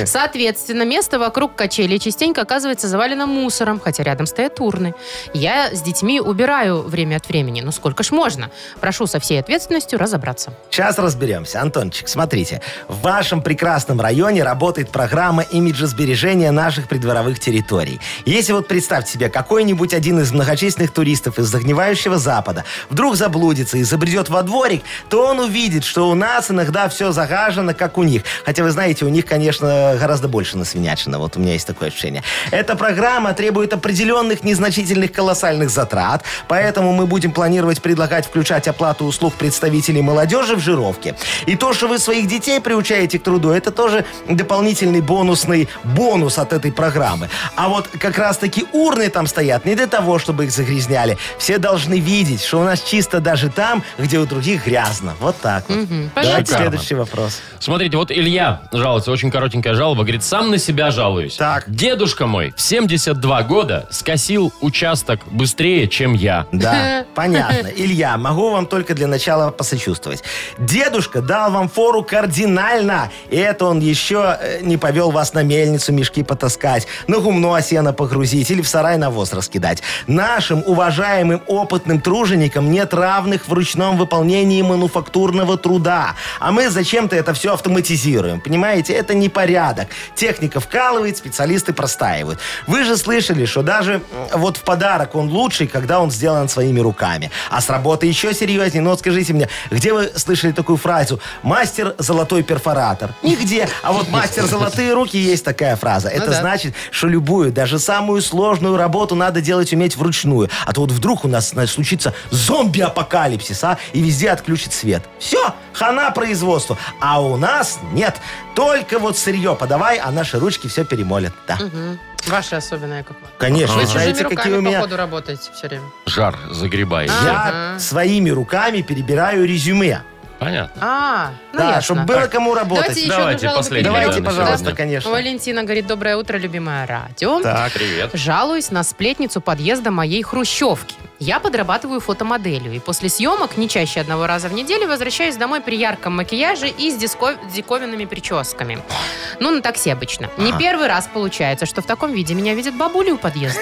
Соответственно, место вокруг качелей частенько оказывается завалено мусором, хотя рядом стоят урны. Я с детьми убираю время от времени. Ну сколько ж можно? Прошу со всей ответственностью разобраться.
Сейчас разберемся. Антончик, смотрите. В вашем прекрасном районе работает программа имиджесбережения наших придворовых территорий. Если вот представьте себе, какой-нибудь один из многочисленных туристов из загнивающего запада вдруг заблудится и забредет во дворик, то он увидит, что у нас иногда все загажено, как у них. Хотя вы знаете, у них, конечно, гораздо больше насвинячено. Вот у меня есть такое ощущение. Эта программа требует определенных незначительных колоссальных затрат, поэтому мы будем планировать предлагать включать оплату услуг представителей молодежи в жировке. И то, что вы своих детей приучаете к труду, это тоже дополнительный бонусный бонус от этой программы. А вот как раз-таки урны там стоят не для того, чтобы их загрязняли. Все должны видеть, что у нас чисто даже там, где у других грязно. Вот так вот. Давайте
Понятно.
следующий вопрос.
Смотрите, вот Илья жалуется, очень коротенькая жалоба, говорит, сам на себя жалуюсь.
Так.
Дедушка мой в 72 года скосил участок быстрее, чем я.
Да, понятно. Илья, могу вам только для начала посочувствовать. Дедушка дал вам фору кардинально, и это он еще э, не повел вас на мельницу мешки потаскать, на гумно сено погрузить или в сарай навоз раскидать. Нашим уважаемым опытным труженикам нет равных в ручном выполнении мануфактурного труда. А мы зачем-то это все автоматизируем. Понимаете, это непорядок. Техника вкалывает, специалисты простаивают. Вы же слышали, что даже м, вот в подарок он лучший, когда он сделан своими руками. А с работы еще серьезнее. Ну вот скажите мне, где вы слышали такую фразу «мастер золотой перфоратор»? Нигде. А вот «мастер золотые руки» есть такая фраза. Это
да.
значит, что любую, даже самую сложную работу надо делать уметь вручную. А то вот вдруг у нас значит, случится зомби-апокалипсис, а, и везде отключит свет. Все, хана производству. А у нас нет. Только вот сырье подавай, а наши ручки все перемолят. Да.
Ваша особенная как
Конечно,
Вы чужими
А знаете, какие
руками,
у меня...
походу, работаете все время.
Жар загребай.
Я своими руками перебираю резюме.
Понятно.
А, ну
да,
ясно.
чтобы было кому работать.
Давайте,
Давайте,
еще одну жалобу
последний,
перейдем.
Давайте,
Ладно,
пожалуйста,
сегодня.
конечно.
Валентина говорит, доброе утро, любимое радио.
Так.
Привет.
Жалуюсь на сплетницу подъезда моей хрущевки. Я подрабатываю фотомоделью, и после съемок, не чаще одного раза в неделю, возвращаюсь домой при ярком макияже и с диско- диковинными прическами. Ну, на такси обычно. Не первый раз получается, что в таком виде меня видят бабули у подъезда.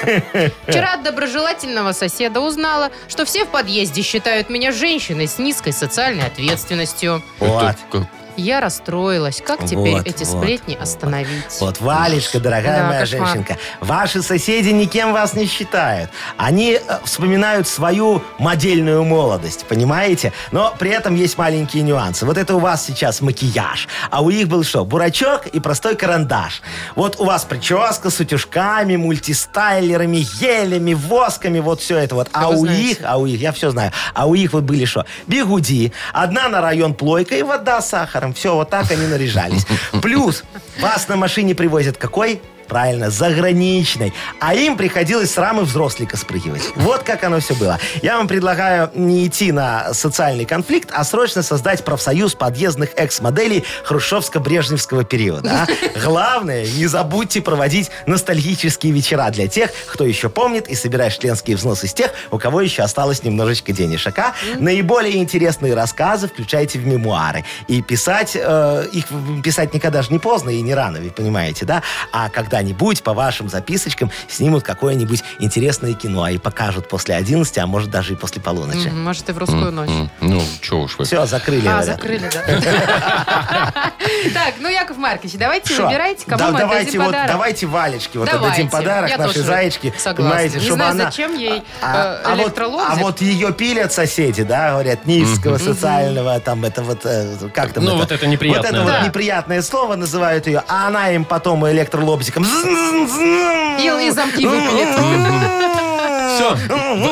Вчера от доброжелательного соседа узнала, что все в подъезде считают меня женщиной с низкой социальной ответственностью.
Вот.
Тут,
Я расстроилась. Как теперь
Вот,
эти
вот,
сплетни остановить?
Вот, Валечка, дорогая
Да,
моя
кошмар.
женщинка, ваши соседи никем вас не считают. Они э, вспоминают свою модельную молодость, понимаете? Но при этом есть маленькие нюансы. Вот это у вас сейчас макияж, а у них был что? Бурачок и простой карандаш. Вот у вас прическа с утюжками, мультистайлерами, гелями, восками, вот все это вот. А
вы
у
знаете.
них, а у их, я все знаю, а у их вот были что? Бигуди, одна на район плойка и вода с сахаром. Все, вот так они наряжались. Плюс вас на машине привозят какой? Правильно, заграничной. А им приходилось с рамы взрослика спрыгивать. Вот как оно все было. Я вам предлагаю не идти на социальный конфликт, а срочно создать профсоюз подъездных экс-моделей Хрущевско-Брежневского периода. а. Главное, не забудьте проводить ностальгические вечера для тех, кто еще помнит и собираешь членские взносы с тех, у кого еще осталось немножечко денежек. а. Наиболее интересные рассказы включайте в мемуары. И писать э, их писать никогда же не поздно и не рано, вы понимаете, да? А когда-нибудь по вашим записочкам снимут какое-нибудь интересное кино и покажут после 11, а может даже и после полуночи.
М, Может, и в русскую ночь.
М, Ну, что уж вы.
Все, закрыли.
А,
говорят.
закрыли, да. Так, ну, Яков Маркович, давайте
Шо?
выбирайте,
Да,
кому мы
давайте,
отдадим
вот,
подарок.
давайте Валечке вот
Давайте.
отдадим подарок
Я
нашей
тоже
заечке.
согласна.
Понимаете,
Не
чтобы
знаю,
она...
зачем ей, э,
а вот,
электролог
а
за-
вот ее пилят соседи, да, говорят, низкого социального, там, это вот, э, как там
Ну, вот это неприятное,
Вот это
да.
вот неприятное слово называют ее, а она им потом электролобзиком...
И- и замки выпилит.
Все,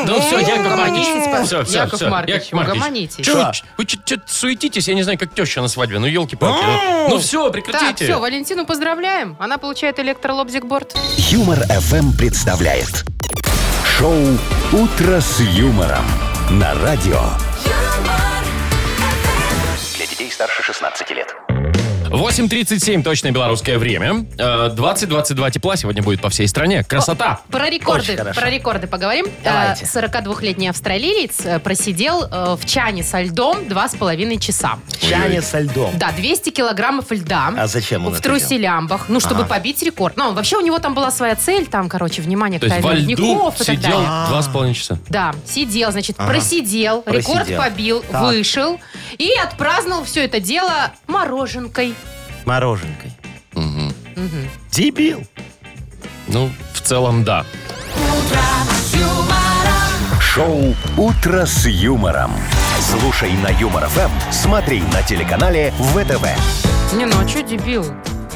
ну все, Яков Маркович.
Э, Угомонитесь, пожалуйста.
Все, все,
Яков
все.
Маркович,
Яков Маркович.
угомонитесь.
Чё вы
Да.
ч- Вы что-то суетитесь, я не знаю, как теща на свадьбе. Ну, елки-палки. ну. Ну все,
Так,
прекратите.
все, Валентину поздравляем. Она получает электролобзик-борт.
Юмор FM представляет шоу Утро с юмором на радио.
юмор,
Для детей старше 16 лет.
8.37, точное белорусское время. Э, 20-22 тепла сегодня будет по всей стране. Красота!
Про рекорды,
Очень хорошо.
про рекорды поговорим.
Давайте.
Э, 42-летний австралиец э, просидел э, в чане со льдом 2,5 часа.
Чане со льдом.
Да, 200 килограммов льда.
А зачем он
В
это делал?
труселямбах. Ну, чтобы побить рекорд. Ну, вообще у него там была своя цель, там, короче, внимание
То
к
есть
тайне
во льду
ледников и так
сидел
далее.
два с половиной часа.
Да, сидел, значит, просидел,
Просидел.
рекорд побил,
Так.
вышел и отпраздновал все это дело мороженкой.
Мороженкой. Дебил.
Ну, в целом, да.
Шоу «Утро с юмором». Слушай на Юмор ФМ, смотри на телеканале ВТВ.
Не, ну а что дебил?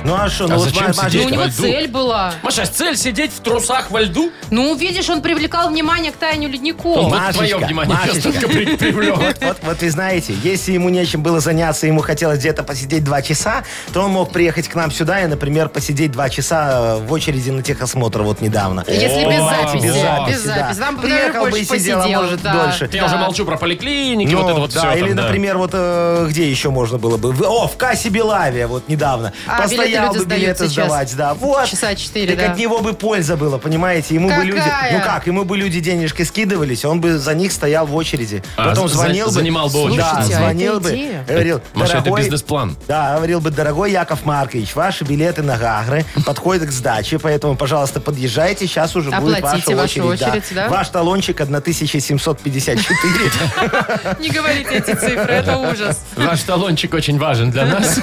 Ну а что,
А
ну вот
зачем
Маш- Маш-
сидеть?
Ну, у него
во льду.
цель была.
Маша, а цель сидеть в трусах во льду?
Ну, видишь, он привлекал внимание к таянию
Он
ледников.
вот твое
Машечка,
внимание сейчас
Машечка.
только при- привлек.
Вот, вот вы знаете, если ему нечем было заняться, ему хотелось где-то посидеть два часа, то он мог приехать к нам сюда и, например, посидеть два часа э, в очереди на техосмотр вот недавно.
Если
О,
без записи.
Без записи, да.
записи. Нам бы даже
Приехал бы и
больше
сидел, а
посидел,
может,
да.
дольше.
Я уже молчу про поликлиники, вот
Ну,
это вот
да,
все.
Или,
там, да.
например, вот э, где еще можно было бы? В- О, в кассе Белавия вот недавно.
А,
Постоял
билеты люди
бы билеты
сдают сейчас.
сдавать, да. Вот.
Часа четыре,
Так
да.
от него бы польза была, понимаете? Ему бы люди...
Какая?
Ну как, ему бы люди денежкой скидывались, он бы за них стоял в очереди.
А,
Потом
за-
звонил бы...
занимал бы очередь.
Да,
Слушайте, а
звонил
это
бы,
идея.
говорил,
Маша, это
дорогой-
бизнес-план.
Да, говорил бы, дорогой Яков Маркович, ваши билеты на Гагры подходят к сдаче, поэтому, пожалуйста, подъезжайте, сейчас уже будет ваша
Оплатите
очередь.
вашу очередь, да.
Ваш талончик 1754.
Не говорите эти цифры, это ужас.
Ваш талончик очень важен для нас.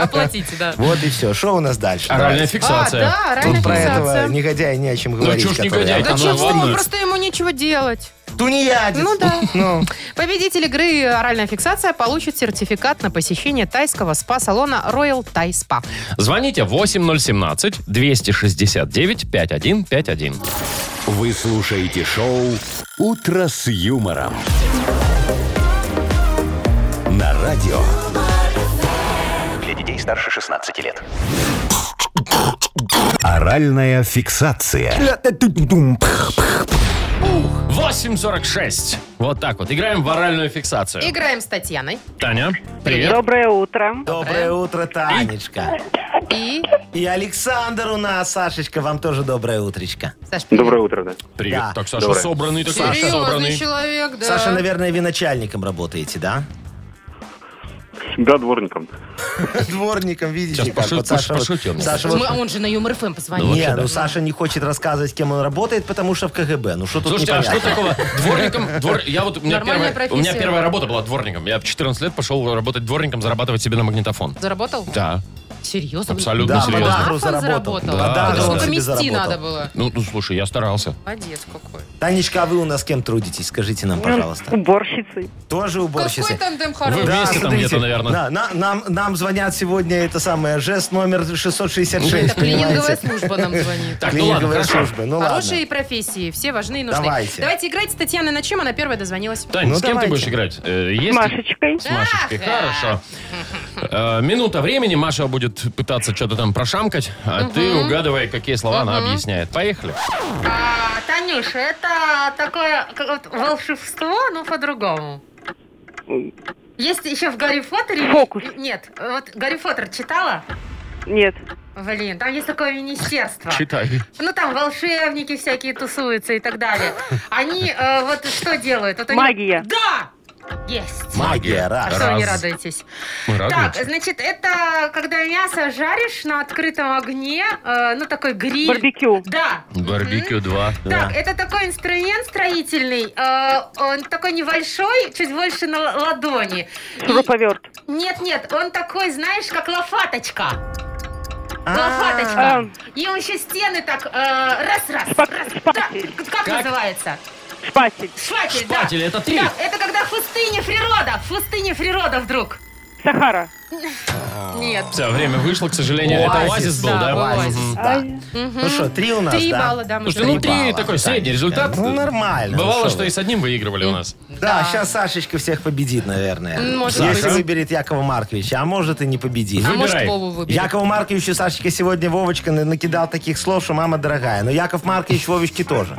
Оплатите, да.
Вот и все. Что у нас дальше?
Оральная
А,
фиксация.
да,
Тут
реально
про этого
фиксация.
негодяя не о чем говорить.
чё ж
который-
негодяй?
Да
Она
чего?
ладно.
ну, Просто ему нечего делать.
Тунеядец.
Ну да.
Ну.
Победитель игры «Оральная фиксация» получит сертификат на посещение тайского спа-салона Royal Thai Spa.
Звоните 8017-269-5151.
Вы слушаете шоу «Утро с юмором». На радио
Для детей старше 16 лет.
«Оральная фиксация».
8.46. Вот так вот. Играем в оральную фиксацию.
Играем с Татьяной.
Таня, привет.
Доброе утро.
Доброе
Э.
утро, Танечка.
И,
И Александр у нас, Сашечка, вам тоже доброе утречко.
Саш, привет.
Доброе утро, да.
Привет.
Да.
Так, Саша,
Доброе.
собранный такой.
Серьезный
собранный.
человек, да.
Саша, наверное, вы начальником работаете, да?
Да, дворником.
Дворником, видите,
Сейчас
как
пошу-
вот Саша. вот-
пошути он.
Саша вот-
Мы- а он же на Юмор ФМ позвонил.
Не, ну Саша не хочет рассказывать, кем он работает, потому что в КГБ. Ну что тут
Слушайте, а что
непонятно?
такого? Дворником... двор- Я вот, у меня,
Нормальная
первая, у меня
профессия.
первая работа была дворником. Я в 14 лет пошел работать дворником, зарабатывать себе на магнитофон.
Заработал?
Да,
Серьезно?
абсолютно
Да,
серьезно.
Подарок
подагру
он
заработал.
заработал.
Да,
Подагру
да,
он
да.
Сколько
себе
мести
заработал.
надо было?
Ну, ну, слушай, я старался.
Молодец какой.
Танечка, а вы у нас кем трудитесь? Скажите нам, пожалуйста.
Уборщицей.
Тоже
Какой
уборщицы?
тандем хороший.
Вы вместе там
смотрите,
где-то, наверное.
да, на- нам, нам звонят сегодня, это самое, жест номер 666,
Ну, Это клининговая
понимаете?
служба нам звонит.
Так, ну ладно,
Клининговая
хорошо.
служба, ну
Хорошие
ладно.
профессии, все важны и нужны.
Давайте.
Давайте играть с Татьяной на чем? Она первая дозвонилась.
Тань,
Ну,
с кем ты
давайте.
будешь играть? Э,
С
Есть?
Машечкой.
С Машечкой,
Ага.
хорошо. Э, Минута времени, Маша будет пытаться что-то там прошамкать, а ты угадывай, какие слова она объясняет. Поехали.
А, Танюша, это такое волшебство, но по-другому. Есть еще в Гарри Поттере...
Фокус.
Нет, вот Гарри Поттер читала?
Нет.
Блин, там есть такое министерство.
Читай.
Ну там волшебники всякие тусуются и так далее. Они э, вот что делают? Вот они-
Магия.
Да! Есть.
Магия,
А
раз.
Раз.
что вы не радуетесь?
Мы
Так,
радуемся.
значит, это когда мясо жаришь на открытом огне, э, ну такой гриль.
Барбекю.
Да.
Барбекю 2.
э, Так, это такой инструмент строительный, э, он такой небольшой, чуть больше на л- ладони.
Шуруповерт.
Нет-нет, он такой, знаешь, как лопаточка.
А,
Лопаточка.
А,
И он еще стены так э, раз-раз.
Шпак-
раз.
шпатель.
Да, как, называется?
Спатель.
Шпатель,
Шпатель,
да.
это ты?
Так, это когда в пустыне природа, в пустыне природа вдруг.
Сахара.
Нет.
Все, время вышло, к сожалению. Это оазис был,
да,
да?
оазис.
Мгм.
Да. Ну что, три у нас,
Три
да?
балла, да, мы
Слушайте, ну
говорим.
три
балла,
такой
Танечка.
средний результат.
Ну, нормально, ну
Бывало,
что
что
вы.
и с одним выигрывали у нас.
Да, сейчас Сашечка всех победит, наверное.
М, может
а?
Если
быть.
выберет Якова Марковича, а может и не победит.
А может,
ну, Выбирай.
Вову выберем.
Якову Марковичу, Сашечка, сегодня Вовочка на- накидал таких слов, что мама дорогая. Но Яков Маркович Вовочке тоже.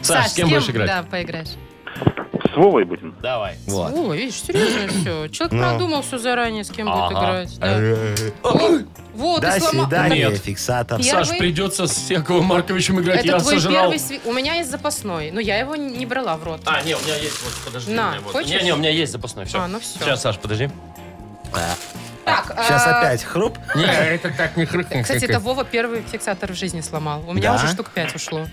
Саш, с кем будешь играть?
Да, поиграешь.
С
С Вовой будем.
Давай.
Вот.
О, видишь, серьезно все. Человек продумал все заранее, с кем будет
Ага.
играть. да. Вот, и
До
сломал.
свидания,
Нет.
фиксатор.
Я-
Саш,
Первый?
придется с Яковом Марковичем играть.
Это
я
твой
сожрал.
первый сви- У меня есть запасной, но я его не брала в рот.
А, не, у меня есть, вот, подожди.
На,
у меня вот.
хочешь?
Не, не, у меня есть запасной, все.
А, ну всё.
Сейчас, Саш, подожди.
Так,
Сейчас
а,
опять хруп.
Не, это так не хрык.
Кстати, это Вова первый фиксатор в жизни сломал. У меня
Да?
уже штук пять ушло.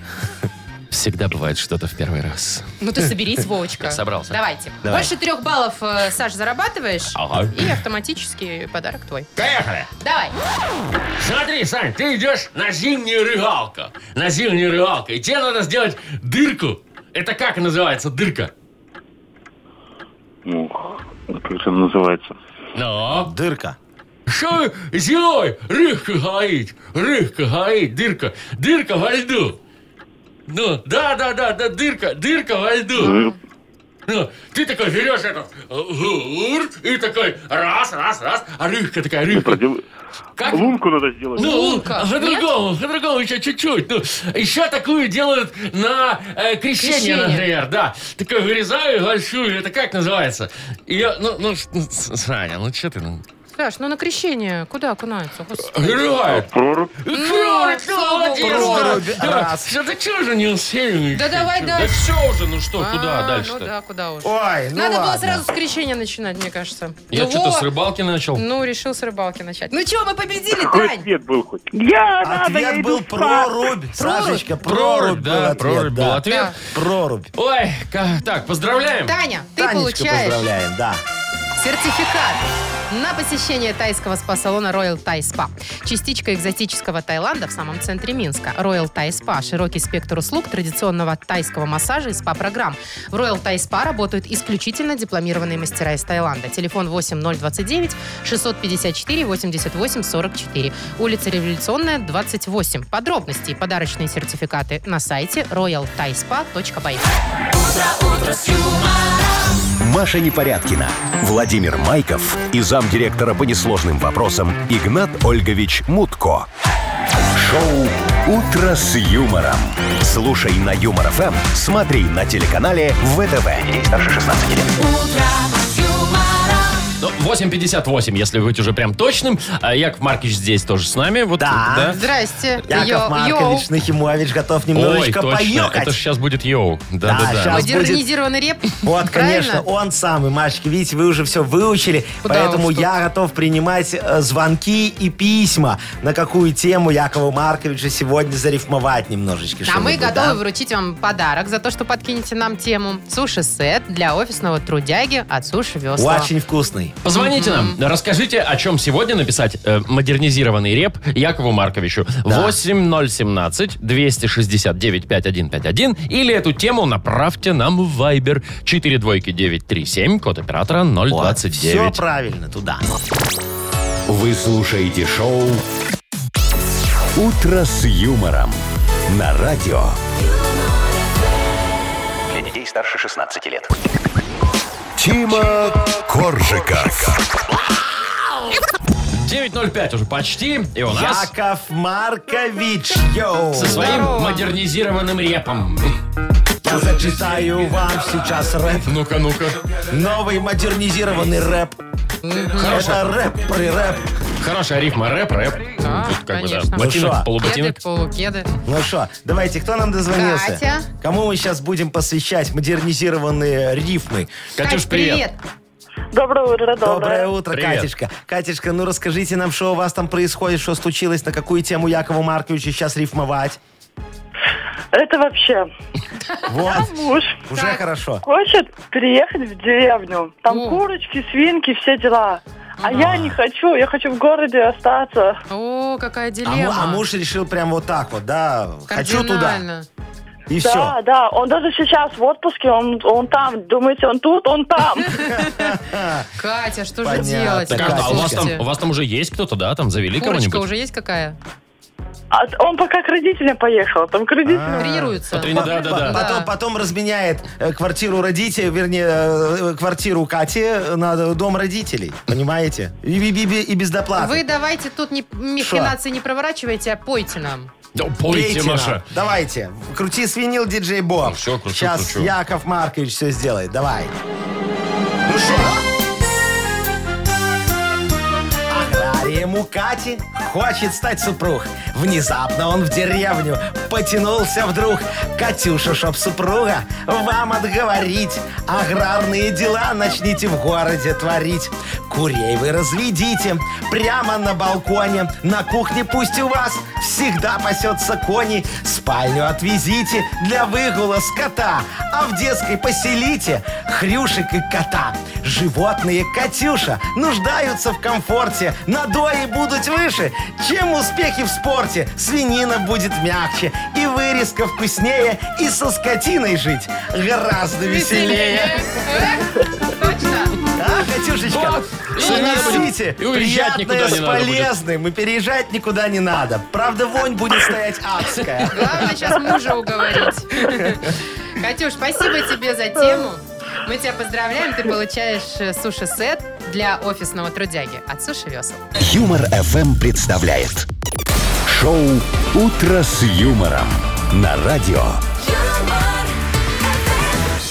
Всегда бывает что-то в первый раз.
Ну ты соберись, Вовочка.
Я собрался.
Давайте.
Давай.
Больше трех баллов, э, Саш, зарабатываешь.
Ага.
И автоматически подарок твой.
Поехали!
Давай.
Смотри, Сань, ты идешь на зимнюю рыгалку. На зимнюю рыгалку. И тебе надо сделать дырку. Это как называется дырка?
Ну, как же она называется?
Ну?
Дырка.
Что вы зимой? Рыбка горит. Рыбка горит. Дырка. Дырка во льду. Ну, да, да, да, да, дырка, дырка во льду. Ну, ты такой берешь этот э, гур и такой раз, раз, раз, а рыбка такая, рыбка.
Против-
Как?
Ну, Лунку надо сделать.
Ну,
Лунка.
по-другому, по-другому еще чуть-чуть. Ну, еще такую делают на э, крещение,
Крещение.
например, да. Такую вырезаю большую, это как называется? Ее, ну, ну, с- ну, с- Саня, ну что ты? Ну,
Саш, ну на крещение куда окунаются? Господи.
Рыгают.
Прорубь.
Кролик,
слава
молодец,
богу.
да.
Прорубь,
Да,
раз.
всё, Да что же не успели?
Да давай дальше.
Да все уже, ну что, куда
А,
дальше-то?
Ну да, куда уж.
Ой, ну
Надо было
ладно.
сразу с крещения начинать, мне кажется.
Я
Ну
что-то
вот.
с рыбалки начал.
Ну, решил с рыбалки начать. Ну чего, мы победили,
Какой
Тань?
ответ был хоть?
Я надо, я
А Ответ
иду
был
спать.
прорубь. Сашечка, прорубь был
да,
ответ.
прорубь был
да.
ответ.
Прорубь.
Ой, ка- так, поздравляем.
Таня, ты
Танечку
получаешь
поздравляем, да.
сертификат на посещение тайского спа-салона Royal Thai Spa. Частичка экзотического Таиланда в самом центре Минска. Royal Thai Spa – широкий спектр услуг традиционного тайского массажа и спа-программ. В Royal Thai Spa работают исключительно дипломированные мастера из Таиланда. Телефон 8029 654 88 44. Улица Революционная, 28. Подробности и подарочные сертификаты на сайте royalthaispa.by.
Маша Непорядкина, Владимир Майков и замдиректора по несложным вопросам Игнат Ольгович Мутко. Шоу «Утро с юмором». Слушай на Юмор ФМ, смотри на телеканале ВТВ. Здесь старше 16 лет.
Ну, 8.58, если быть уже прям точным. А Яков Маркич здесь тоже с нами. Вот,
Да.
Здрасте.
Яков
Йо-
Маркович ну, Нахимович готов
Ну,
немножечко
Ой, точно.
поёкать.
Это же сейчас будет йоу. Да-да-да.
щас. будет-
Модернизированный реп.
Вот, конечно,
Правильно?
он самый, Машечка. Видите, вы уже все выучили,
Куда
поэтому
уж тут.
я готов принимать э, звонки и письма, на какую тему Якову Марковичу сегодня зарифмовать немножечко.
А мы
что-нибудь,
готовы
да?
вручить вам подарок за то, что подкинете нам тему. Суши-сет для офисного трудяги от Суши Весла.
Очень вкусный.
Позвоните нам, расскажите, о чем сегодня написать э, модернизированный реп Якову Марковичу. 8017-269-5151 или эту тему направьте нам в Viber 42937, код оператора
Все
029.
правильно, туда.
Вы слушаете шоу «Утро с юмором» на радио.
Для детей старше 16 лет.
Тима Коржика.
9.05 уже почти, и у нас
Яков Маркович, йоу.
со своим модернизированным репом.
Я зачитаю вам сейчас рэп.
Ну-ка, ну-ка.
Новый модернизированный рэп. Это рэп при рэп.
Хорошая рифма, рэп, рэп.
Да,
Тут как бы, да,
конечно.
Ну
ботинок,
что?
Кеды,
полуботинок.
полукеды.
Ну что, давайте, кто нам дозвонился?
Катя.
Кому мы сейчас будем посвящать модернизированные рифмы?
Катюш,
Кать,
привет.
Доброе утро,
Доброе утро,
Привет.
Катюшка. Катюшка, ну расскажите нам, что у вас там происходит, что случилось, на какую тему Якову Марковичу сейчас рифмовать.
Это вообще
Вот,
муж
уже хорошо.
хочет переехать в деревню. Там
О.
курочки, свинки, все дела. А я не хочу, я хочу в городе остаться.
О, какая
А, му-
дилемма.
а муж решил прям вот так вот, да, хочу туда.
Кардинально.
И
Да,
все.
да, он даже сейчас в отпуске, он, он там, думаете, он тут, он там.
Катя, что
Понятно,
же делать?
Катя,
Как, а у вас,
Слушайте,
там, у вас там уже есть кто-то, да? Там завели
Курочка
кого-нибудь?
уже есть какая?
А он пока к родителям поехал, там к
А.
родителям.
Тренируется.
Потрени- Да, да, да.
Потом,
Да.
потом разменяет э, квартиру родителей, вернее, э, квартиру Кати на дом родителей, понимаете? И, и- и- и без доплаты.
Вы давайте тут не, махинации не проворачивайте, а пойте нам.
Да Ну, пойте,
Пейте нам.
Маша.
Давайте. Крути свинил, диджей Боб.
Ну всё, кручу,
Сейчас
кручу.
Яков Маркович все сделает. Давай. Ну что? Агрария Мукати хочет стать супруг. Внезапно он в деревню потянулся вдруг. Катюша, чтоб супруга вам отговорить. Аграрные дела начните в городе творить. Курей вы разведите прямо на балконе. На кухне пусть у вас всегда пасется кони. Спальню отвезите для выгула скота. А в детской поселите хрюшек и кота. Животные Катюша нуждаются в комфорте. Надои будут выше, чем успехи в спорте. Свинина будет мягче, и вырезка вкуснее, и со скотиной жить гораздо веселее.
Точно.
А, Катюшечка,
Вот. И не надо будет
совместите
и уезжать никуда
приятное
не
с
надо будет.
полезным, и переезжать никуда не надо. Правда, вонь будет стоять адская.
Главное сейчас мужа уговорить. Катюш, спасибо тебе за тему. Мы тебя поздравляем. Ты получаешь э, суши-сет для офисного трудяги от Суши Весел.
Юмор FM представляет шоу Утро с юмором на радио.
юмор,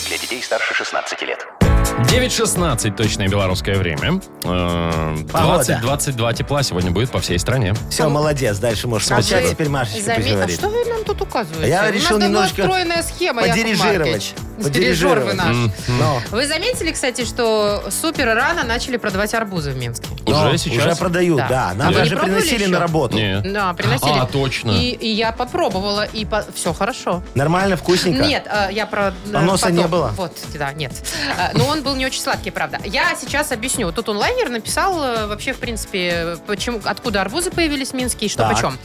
Для детей старше 16 лет.
9.16 точное белорусское время. Э, 20-22 тепла сегодня будет по всей стране.
Все, молодец, дальше можешь молчать.
вы
Теперь Машечка
Заме- А
поговорит.
Ну, что вы нам тут указываете?
Я
У
решил
нас давно
немножко
стройная схема, Яков
подирижировать.
Маркович. Дирижер вы наш.
Но.
Вы заметили, кстати, что супер рано начали продавать арбузы в Минске?
Уже
Но
сейчас?
Ну, Уже продают,
Да.
да.
А
Нам
вы не
даже
пробовали
приносили
еще?
на работу.
Не.
Да, приносили.
А, точно.
И, и я попробовала, и все хорошо.
Нормально, вкусненько?
Нет, э, я про... э,
Поноса
потом.
не было?
Вот, да, нет. Э, Но он был не очень сладкий, правда. Я сейчас объясню. Вот Тут онлайнер написал э, вообще, в принципе, почему, откуда арбузы появились в Минске и что
Так.
почем.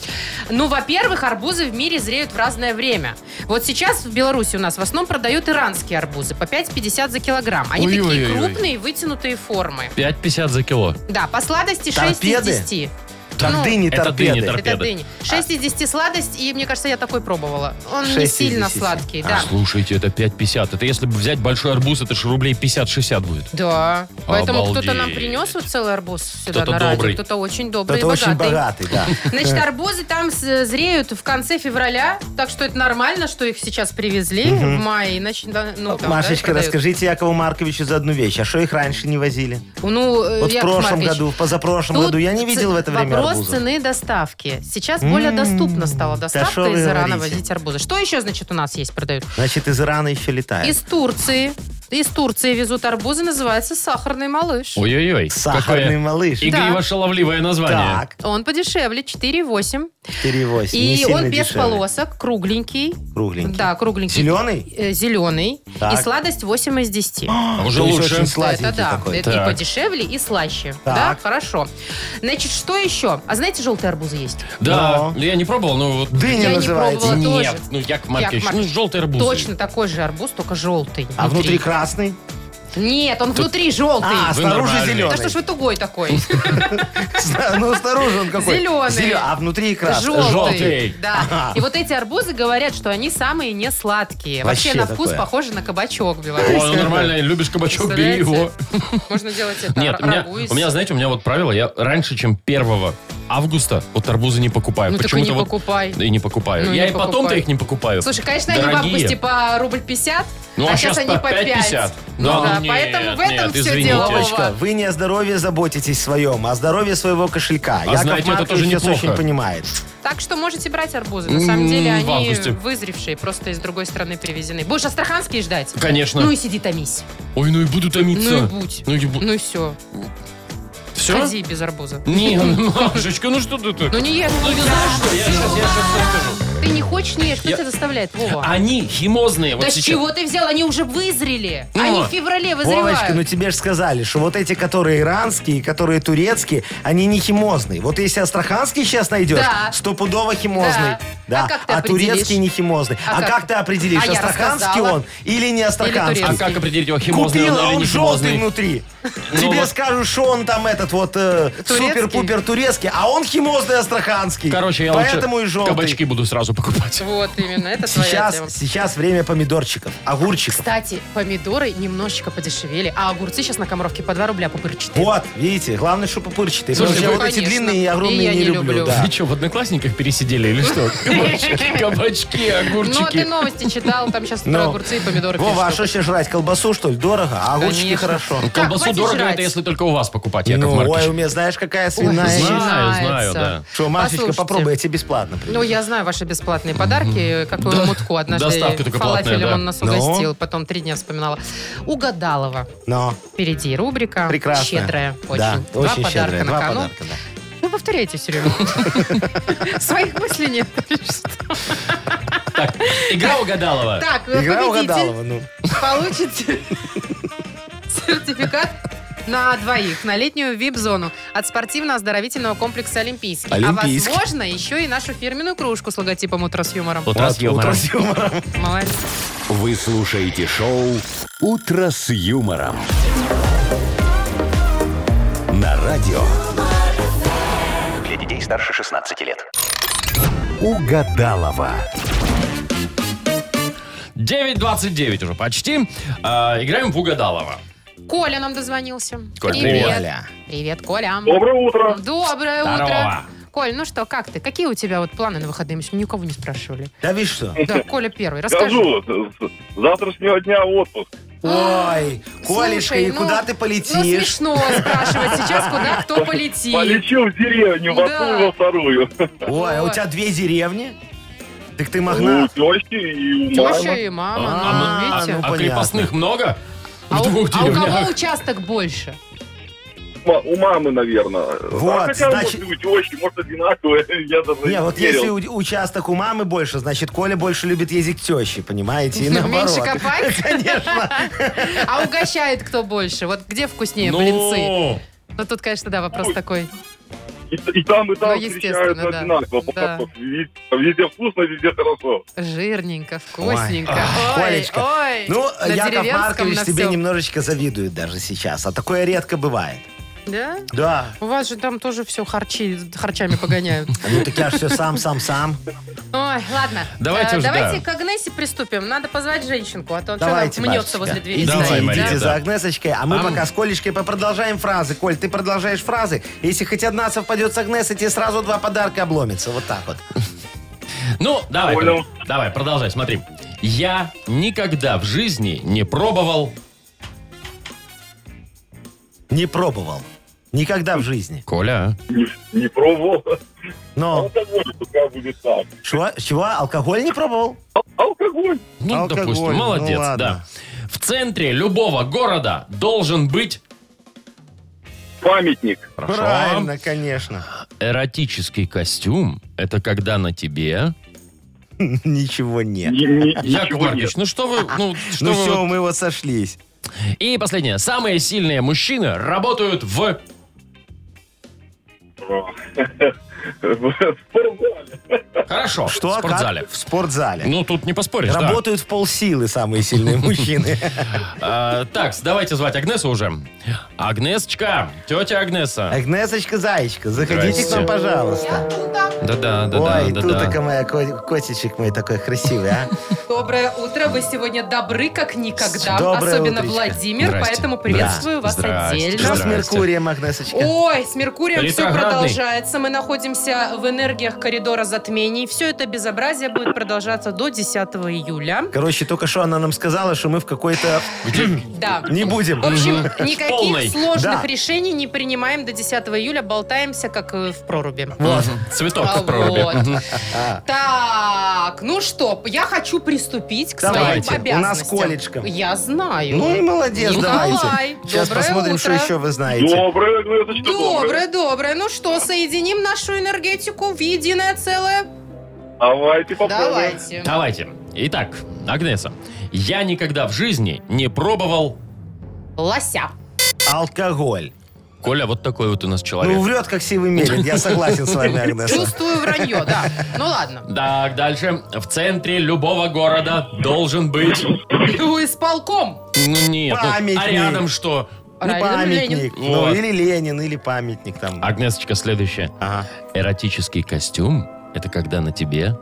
Ну, во-первых, арбузы в мире зреют в разное время. Вот сейчас в Беларуси у нас в основном продают иранские арбузы по 5,50 за килограмм. Они такие
Ой-ой-ой-ой.
крупные, вытянутые формы.
5,50 за кило.
Да, по сладости 6 из
Торпеды?
10.
Как
Ну,
дыни,
это
торпеды.
дыни, торпеды.
Это дыни. 6 из 10 сладость, и мне кажется, я такой пробовала. Он не
Шесть из
сильно
10.
сладкий,
А,
да.
Слушайте, это 5,50. Это если бы взять большой арбуз, это же рублей 50-60 будет.
Да. Поэтому
Обалдеть.
кто-то нам принес вот целый арбуз сюда
Кто-то
на радио.
добрый.
Кто-то очень добрый
Кто-то
и
очень
богатый.
богатый, да.
Значит, арбузы там с- зреют в конце февраля, так что это нормально, что их сейчас привезли в мае. Иначе, да, ну, там,
Машечка,
да, продают.
расскажите Якову Марковичу за одну вещь. А что их раньше не возили?
Ну, э,
Вот в
Яков
прошлом
Маркович,
году, в позапрошлом
тут
году. Я не
ц-
видел в это
Вопрос
время арбузов.
цены доставки. Сейчас более доступна стала
шо
доставка
вы
из Ирана
говорите?
возить арбузы. Что еще, значит, у нас есть продают?
Значит, из Ирана еще летает.
Из Турции. Из Турции везут арбузы, называется сахарный малыш.
Ой-ой-ой.
Сахарный
Какое
малыш.
Игриво-шаловливое название.
Так,
Он подешевле, 4,8.
4,8. Не
И
сильно
он без
дешевле.
полосок, кругленький.
Кругленький.
Да, кругленький.
Зеленый?
Э, Зеленый.
Так.
И сладость 8 из 10.
А, Уже
То есть
лучше.
очень сладенький
Это да,
такой.
это
Так.
и подешевле, и слаще.
Так.
Да, хорошо. Значит, что еще? А знаете, желтые арбузы есть?
Да, ну, я не пробовал, но вот...
Дыня
Я не
называется.
пробовала. тоже.
Нет, ну Яков Маркович,
Яков
ну
Маркович,
желтый арбуз.
Точно такой же арбуз, только желтый.
А внутри красный?
Нет, он внутри желтый.
А,
Вы
снаружи
нормальные.
зеленый.
да что ж вы тугой такой?
Ну, снаружи он какой.
Зелёный.
Зелё- А внутри красный.
Желтый.
Желтый.
Да. И вот эти арбузы говорят, что они самые не сладкие.
Вообще
Вообще на вкус
такое.
похожи на кабачок белорусский.
О, ну нормально, любишь кабачок, бери его.
Представляете? Можно делать это
Нет, у
р-
меня,
рагу из-
у меня, знаете, у меня вот правило, я раньше, чем 1 августа, вот арбузы не покупаю.
Ну так
А
и
Почему-то
не
вот-
покупай.
Да и не покупаю.
Ну,
я
не
и потом-то
покупай.
их не покупаю.
Слушай, конечно,
Дорогие.
они в августе по рубль 50,
Ну, а
а сейчас
щас
они
по
по 5.
5,50.
Ну
Да,
да,
ну,
поэтому
нет,
в этом
нет,
все
извините.
дело,
Вовочка,
Вова.
вы не о здоровье заботитесь своем, а о здоровье своего кошелька.
А
Яков
знаете, это
Маркович
тоже
сейчас
неплохо.
очень понимает.
Так что можете брать арбузы. На самом деле
М, в
они
августе.
вызревшие, просто из другой страны привезены. Будешь астраханские ждать?
Конечно.
Ну и сиди томись.
Ой, ну и буду томиться.
Ну и будь.
Ну и бу-
Ну и все.
Всё?
Ходи без арбуза.
Не, ну, Машечка, ну что ты так?
Ну не ешь.
Ну не знаю, что, я сейчас, я сейчас скажу.
Ты не хочешь, не ешь. Кто
Я-
тебя заставляет, Вова?
Они химозные вот
да с
сейчас.
чего ты взял? Они уже вызрели.
Ну.
Они в феврале вызревают.
Вовочка, ну тебе же сказали, что вот эти, которые иранские, которые турецкие, они не химозные. Вот если астраханский сейчас найдешь,
Да.
стопудово химозный.
Да. А как ты определишь?
турецкий не химозный.
А
А,
как
как, ты
ты?
определишь,
А я
астраханский
рассказала.
он или не астраханский?
А
турецкий?
как определить его, химозный
Купила,
а
а
он или
он
не
желтый
химозный?
внутри.
Ну
Тебе
вот.
скажут, что он там этот вот э,
Турецкий?
супер-пупер турецкий, а он химозный астраханский.
Короче, я
Поэтому и
лучше
желтый.
кабачки буду сразу покупать.
Вот именно, это твоя
Сейчас,
тема.
сейчас время помидорчиков, огурчиков.
Кстати, помидоры немножечко подешевели, а огурцы сейчас на Комаровке по 2 рубля пупырчатые.
Вот, видите, главное, что пупырчатые. Потому
Слушай,
что я
ну,
вот эти
конечно.
длинные и огромные
И я
не,
не
люблю.
люблю.
да.
Вы что, в одноклассниках пересидели или что? Кабачки, кабачки,
Ну, а ты
огурчики.
новости читал, там сейчас про
Ну.
огурцы и помидоры
Вова, а
пишут.
что сейчас жрать, колбасу, что ли? Дорого, а огурчики
Конечно.
хорошо.
Колбасу
хватит
дорого,
жрать.
это если только у вас покупать, Яков
ну, ой, у
Маркович.
меня знаешь, какая свиная.
Ой,
есть?
Знаю, знаю,
начинается.
да.
Что, Машечка,
Послушайте.
попробуй, я тебе бесплатно
Ну,
привезу.
я знаю ваши бесплатные подарки, какую
Да.
мутку однажды
Доставка только
фалафелем
платная, да.
он нас
Ну?
угостил, потом три дня вспоминала. Угадалова.
Но,
Впереди рубрика.
прекрасно.
Щедрая. Очень.
Да,
Два
очень
подарка
щедрая.
на
Два
кону.
подарка, да.
Вы повторяете все время. Своих мыслей нет.
Игра угадалова.
Так,
Игра
победитель
угадалова, ну.
получит сертификат на двоих на летнюю вип-зону от спортивно-оздоровительного комплекса «Олимпийский».
Олимпийский.
А возможно, еще и нашу фирменную кружку с логотипом «Утро с юмором».
Утро с
Вот, утро
юмором.
с юмором.
Молодец.
Вы слушаете шоу «Утро с юмором». На радио
Для детей старше 16 лет.
«Угадалова».
9.29 уже почти. А, Играем в угадалова.
Коля нам дозвонился.
Коль,
Коля.
Привет, Коля.
Доброе утро.
Доброе
Здорово.
утро. Коль, ну что, как ты? Какие у тебя вот планы на выходные? Мы еще никого не спрашивали.
Да видишь что?
Да, Коля первый. Расскажи.
Скажу, с- с завтрашнего дня отпуск.
Ой, Колешка,
Слушай,
и
ну,
куда ты
Ну,
полетишь?
смешно спрашивать сейчас, куда кто полетит.
Полечу в деревню, в
Да.
одну и во вторую.
Ой, а у тебя две деревни? Так ты
Ну, У
магнат.
тещи и у
Теща
мамы.
и мама.
А,
ну,
ну,
видите?
ну,
А
понятно.
крепостных много?
А
В
у,
двух
а у кого
деревнях.
участок больше?
Ма- У мамы, наверное.
А. Вот,
а хотя,
значит-
может, и у тещи, может, одинаковые. Я даже
Не, вот
верил.
если у- участок у мамы больше, значит, Коля больше любит ездить к теще, понимаете? И наоборот.
Ну, Меньше копать?
Конечно.
А угощает кто больше? Вот где вкуснее блинцы?
Ну,
Ну тут, конечно, да, вопрос
Ой.
такой.
И, и там,
Ну,
и там
естественно,
встречаются
да.
одинаково.
Да.
потому что Везде, везде вкусно, везде хорошо.
Жирненько, вкусненько.
Ой,
Ой,
Колечка,
ой.
Ну,
На
Яков
деревенском
Маркович
на
тебе
всём.
немножечко завидует даже сейчас. А такое редко бывает.
Да?
Да.
У вас же там тоже все харчи, харчами погоняют.
Ну так я же все сам, сам, сам.
Ой, ладно.
Давайте
Э,
уж,
давайте
да.
к Агнессе приступим. Надо позвать женщинку, а то он
Давайте,
что нам мнется
Машечка.
возле двери.
Идите,
Давай,
стоит,
Мария.
да?
идите
да.
за Агнесочкой, а мы
А м-
пока с Колечкой продолжаем фразы. Коль, ты продолжаешь фразы. Если хоть одна совпадет с Агнесой, тебе сразу два подарка обломится. Вот так вот.
ну, давай.
Понял.
Коля, Давай, продолжай, смотри. Я никогда в жизни не пробовал...
Не пробовал. Никогда в жизни.
Коля,
Не, не пробовал.
Но
Алкоголь пока будет так.
чего, чего? Алкоголь не пробовал?
Алкоголь.
Ну,
Алкоголь,
допустим,
ну
молодец, да.
ладно.
В центре любого города должен быть...
Памятник.
Хорошо.
Правильно, конечно.
Эротический костюм – это когда на тебе...
Ничего нет.
Ни- ни-
Яков
ничего
Маркович,
нет.
ну что вы... Ну, что
Ну
вы
все,
вот-
Ну, мы вот сошлись.
И последнее. Самые сильные мужчины работают в...
В спортзале.
Хорошо,
Что,
в
как?
спортзале.
В спортзале.
Ну, тут не поспоришь, да.
Работают в полсилы самые сильные мужчины.
А, так, давайте звать Агнесу уже. Агнесочка, тетя
Э,
Агнеса.
Агнесочка, зайчка, заходите к нам,
Здрасте.
пожалуйста.
Да-да, да-да,
Ой,
да-да.
тутака моя, ко- котичек мой такой красивый, а.
Доброе утро. Вы сегодня добры, как никогда.
Доброе
Особенно
утречко.
Владимир,
Здрасте.
поэтому приветствую
Да.
вас
Здрасте.
отдельно.
Что с
Здрасте.
Меркурием, Агнесочка?
Ой, с Меркурием все
Ретроградный.
продолжается. Мы находимся в энергиях коридора затмений. Все это безобразие будет продолжаться до 10 июля.
Короче, только что она нам сказала, что мы в какой-то...
Да.
Не будем.
В общем,
Полной.
никаких сложных
Да.
решений не принимаем до 10 июля. Болтаемся, как э, в проруби.
Мгм. Цветок
А
в проруби.
вот.
Мгм.
Так, ну что, я хочу приступить к
Давайте,
своим
у нас
обязанностям.
колечко.
Я знаю.
Ну и молодец,
Николай,
давайте. Сейчас
доброе
посмотрим,
утро.
что еще вы знаете.
Доброе, Гнесочка,
Доброе, доброе. Ну что, соединим нашу энергетику в единое целое?
Давайте попробуем.
Давайте.
Давайте. Итак, Агнеса. Я никогда в жизни не пробовал...
Лося.
Алкоголь.
Коля, вот такой вот у нас человек.
Ну, врет, как сивый мерин. Я согласен с вами, Агнеса.
Чувствую вранье, да. Ну ладно.
Так, дальше. В центре любого города должен быть...
Ну, исполком.
Ну нет, ну,
Памятник.
а рядом что?
Ну,
Правильно, Ленин.
памятник. Ну,
Вот. А
или Ленин, или памятник там.
Агнесочка, следующее.
Ага.
Эротический костюм – это когда на тебе...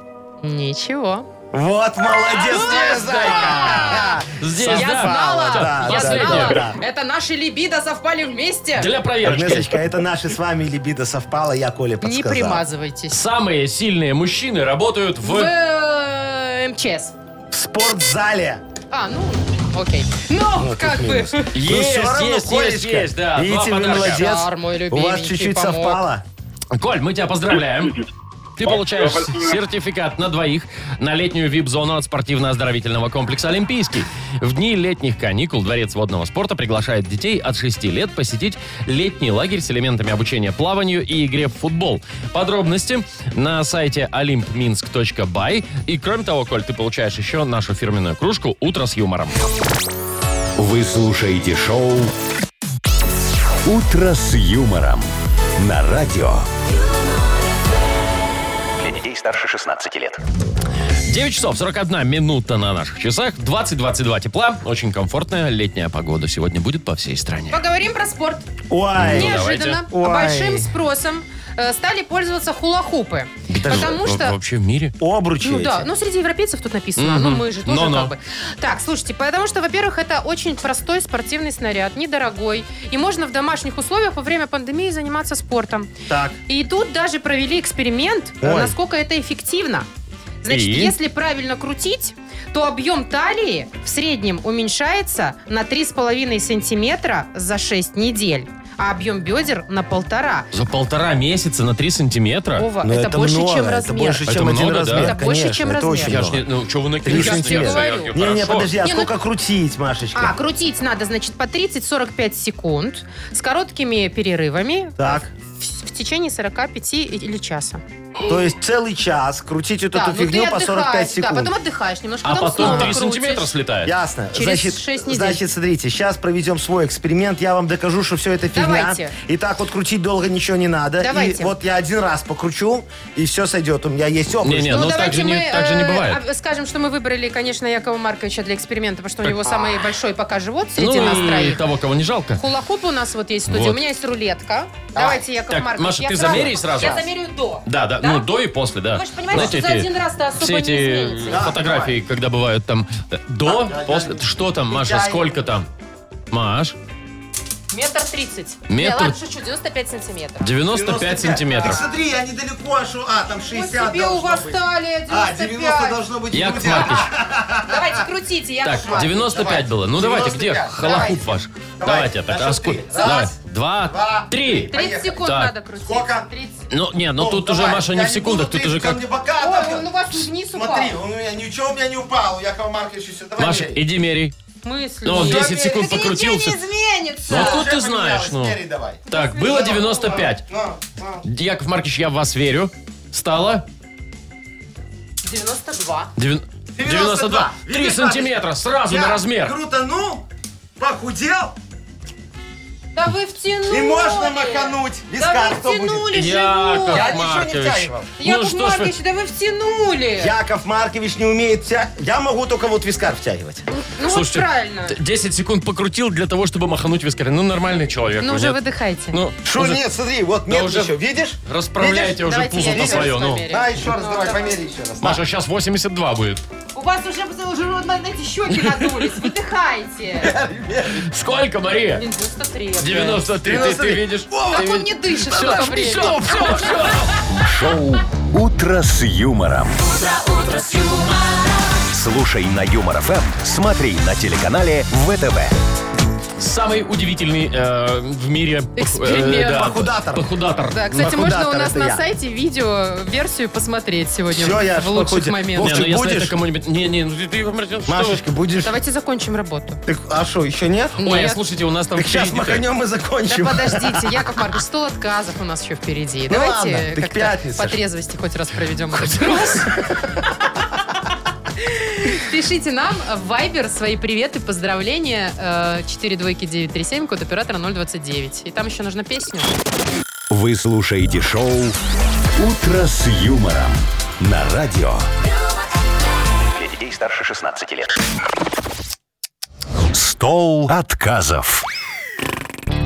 Ничего.
Вот молодец, твоя зайка.
Здесь,
Я
да.
знала,
А,
Да,
Я
да,
знала.
да.
Это наши либидо совпали вместе.
Для проверочки.
Агнесочка, а это наши с вами либидо совпало, я Коле
Не
подсказал.
примазывайтесь.
Самые сильные мужчины работают
В
в...
э, МЧС.
В спортзале.
А, ну, окей. Ну, как бы.
Есть,
всё равно,
есть, есть,
Колечка.
есть, да. два
Видите, вы
подарка.
молодец.
Шар, мой
У вас
любименький,
чуть-чуть
помог.
совпало.
Коль, мы тебя поздравляем. Ты получаешь
Спасибо.
сертификат на двоих на летнюю вип-зону от спортивно-оздоровительного комплекса «Олимпийский». В дни летних каникул Дворец водного спорта приглашает детей от 6 лет посетить летний лагерь с элементами обучения плаванию и игре в футбол. Подробности на сайте olympminsk.by. И кроме того, Коль, ты получаешь еще нашу фирменную кружку «Утро с юмором».
Вы слушаете шоу «Утро с юмором» на радио.
Для детей старше 16 лет.
9 часов 41 минута на наших часах. 20-22 тепла. Очень комфортная летняя погода сегодня будет по всей стране.
Поговорим про спорт.
Ну, Ой.
Неожиданно
Ой.
большим спросом э, стали пользоваться хула-хупы. Потому
Во-
что...
Вообще в мире.
Обручи
Ну
эти.
да, ну среди европейцев тут написано, ну мы же тоже
Но-но.
как бы. Так, слушайте, потому что, во-первых, это очень простой спортивный снаряд, недорогой, и можно в домашних условиях во время пандемии заниматься спортом.
Так.
И тут даже провели эксперимент, э,
Ой.
насколько это эффективно. Значит,
И?
если правильно крутить, то объем талии в среднем уменьшается на 3,5 сантиметра за 6 недель, а объем бедер на полтора.
За полтора месяца на три сантиметра?
Вова,
Но
это, больше,
много,
чем
Ну, Это
размер.
больше,
Это
чем один
много, да?
размер,
Это больше,
конечно,
чем
это
размер.
очень
Я ж не...
много.
Ну, что вы
Три
накинули?
сантиметра. Не-не, подожди, а
Не, ну-
сколько крутить,
А,
Машечка?
крутить надо, значит, по 30-45 секунд с короткими перерывами
Так,
в, в течение 45 или часа.
то есть целый час крутить вот
да,
эту
ну
фигню
ты
по 45
отдыхаешь, Да,
секунд.
потом отдыхаешь немножко,
А потом
снова
три
крутишь.
сантиметра слетает.
Ясно.
Через
значит,
шесть недель.
значит, смотрите, сейчас проведем свой эксперимент. Я вам докажу, что все это фигня.
Давайте.
И так вот крутить долго ничего не надо.
Давайте.
И вот я один раз покручу, и все сойдет. У меня есть опыт.
Не-не, ну, так, же не, так же не
э,
бывает.
а- скажем, что мы выбрали, конечно, Якова Марковича для эксперимента, потому что у него самый большой пока живот среди нас
Ну и
троих.
того, кого не жалко.
Хулахуп у нас вот есть в студии.
Вот.
У меня есть рулетка. Давайте, Яков
Так,
Маркович.
Маша,
я
ты
сразу-
замеряй сразу?
Я замерю до.
Да, да, ну до и после, да.
Вы же понимаете, что за
эти-
один раз-то особо
все
не
эти
изменится.
э, фотографии, когда бывают там э, до, после, что там, Маша, сколько там? Маш,
Метр тридцать.
Метр-
Я ладно, шучу, 95 сантиметров.
95 сантиметров.
смотри, я недалеко, а что... А, там
Вот тебе у вас талия
А,
95.
быть.
Яков Маркич,
Давайте крутите, я
Так, 95 было. Ну давайте, где
95?
халахуп
Давайте.
ваш? Давайте,
Давайте,
так,
на
а
счет
сколько?
три.
Давай,
Раз,
Два,
два,
три.
30 секунд
Так.
надо крутить.
Сколько?
30.
Ну, не, ну тут уже, Маша, не в секундах, тут уже как...
Ой, он у вас вниз упал.
ну, Смотри, у меня ничего у меня не упало, у Якова Марковича все. Давай,
Маша,
меряй.
иди мерей.
В смысле?
Ну, он 10 секунд
Так ничего
покрутил.
не
всё.
изменится.
Ну, откуда
Уже
ты знаешь,
поменялось,
ну?
меряй давай.
Так, было 95.
Ну, ну.
Яков Маркич, я в вас верю. Стало
92.
девя- 92. 3
Видишь,
сантиметра, сразу
Я
на размер.
Крутанул, похудел,
Да вы втянули.
и можно махануть.
Да
Виска,
вы
кто
Ну,
будет?
втянули живот.
Яков
ничего не
Маркович.
втягивал.
Ну
Яков
что ж вы...
Маркович, да вы втянули.
Яков Маркович не умеет втягивать. Я могу только вот вискар втягивать.
Ну
Слушайте,
вот правильно.
т- 10 секунд покрутил для того, чтобы махануть вискарь. Ну, нормальный человек.
Ну уже
нет?
выдыхайте.
Ну,
Что
уже
нет, смотри, вот нет
уже-
еще, видишь?
Расправляйте уже
Давайте я
пузо-то
еще
свое.
раз
Ну.
померяю.
Да, еще раз, давай, померяй еще раз.
Маша, сейчас 82 будет.
У вас уже, уже вот, знаете, щеки надулись. Выдыхайте.
Сколько, Мария?
93.
93, ты, ты видишь?
Как он не дышит
Все,
столько времени.
все, все, все.
Шоу «Утро с юмором». Слушай на Юмор ФМ, смотри на телеканале ВТВ.
Самый удивительный э, в мире... э,
Эксперимент.
да,
Похудатор.
Похудатор.
Да, А, кстати,
Ну,
можно
куда
у нас
это
на
я?
сайте видео-версию посмотреть сегодня
Всё,
в-
я
в
ж
лучших
походе-
Не,
моментах.
Вовчик,
ну если
будешь?
это кому-нибудь... Не, не, ну ты- ты, Мартин, что
Машечка, будешь...
Давайте закончим работу.
Так, а что, еще нет?
вы? Ой, а
Нет.
слушайте, у нас там
Так сейчас
впереди-то-
маханем и
Да
закончим.
подождите, Яков Маркович, стол отказов у нас еще впереди.
Ну
Давайте
ладно, так
как-то
пятница
по
ж.
трезвости хоть раз проведем этот опрос. Пишите нам в Viber свои приветы, поздравления э, 42937, код оператора 029. И там еще нужна песню.
Вы слушаете шоу «Утро с юмором» на радио.
Для детей старше 16 лет.
Стол отказов.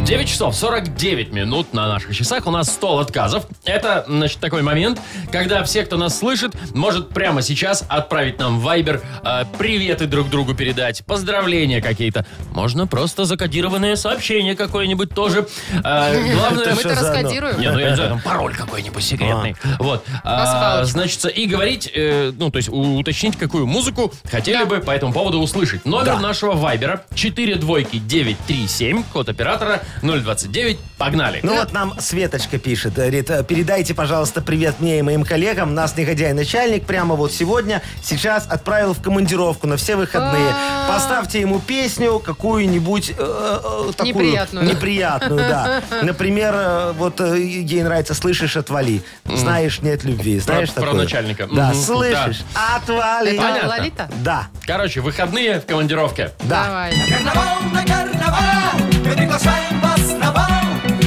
9 часов 49 минут на наших часах. У нас стол отказов. Это, значит, такой момент, когда все, кто нас слышит, может прямо сейчас отправить нам в Viber э, приветы друг другу передать, поздравления какие-то. Можно просто закодированное сообщение какое-нибудь тоже. Э, главное...
Мы это
что за одно?
раскодируем.
Не, ну я не знаю, там пароль какой-нибудь секретный. Вот. А,
Пасхалочка.
значит, и говорить, э, ну, то есть у- уточнить, какую музыку хотели бы по этому поводу услышать. Номер нашего вайбера 4 двойки 937, код оператора 029. Погнали.
Ну вот нам Светочка пишет, говорит, э, передайте, пожалуйста, привет мне и моим коллегам. Нас негодяй начальник прямо вот сегодня, сейчас отправил в командировку на все выходные.
А.
Поставьте ему песню какую-нибудь э, э, такую
Неприятную.
неприятную, да. Например, э, вот э, ей нравится "Слышишь, отвали", "Знаешь, нет любви", знаешь
про
такое.
начальника.
Да,
Мгм,
слышишь, отвали.
Это
Понятно.
Лолита?
Да,
Короче, выходные в командировке.
да.
Давай.
Карнавал на карнавал, мы приглашаем вас на бал,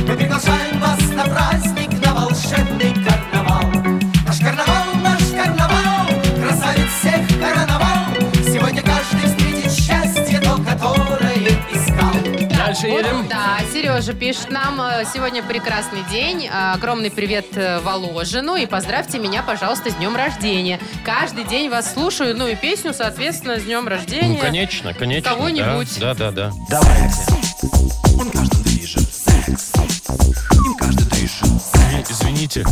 мы приглашаем вас на праздник, на волшебный карнавал. Наш карнавал, наш карнавал, красавец всех короновал. Сегодня каждый встретит счастье, то, которое искал.
Дальше едем.
Вот, да, Сережа пишет нам, э, сегодня прекрасный день, э, огромный привет э, Воложину и поздравьте меня, пожалуйста, с днем рождения. Каждый день вас слушаю, ну и песню, соответственно, с днем рождения.
Ну, конечно, конечно.
Кого-нибудь.
Да, да, да.
Давайте.
да. Извините.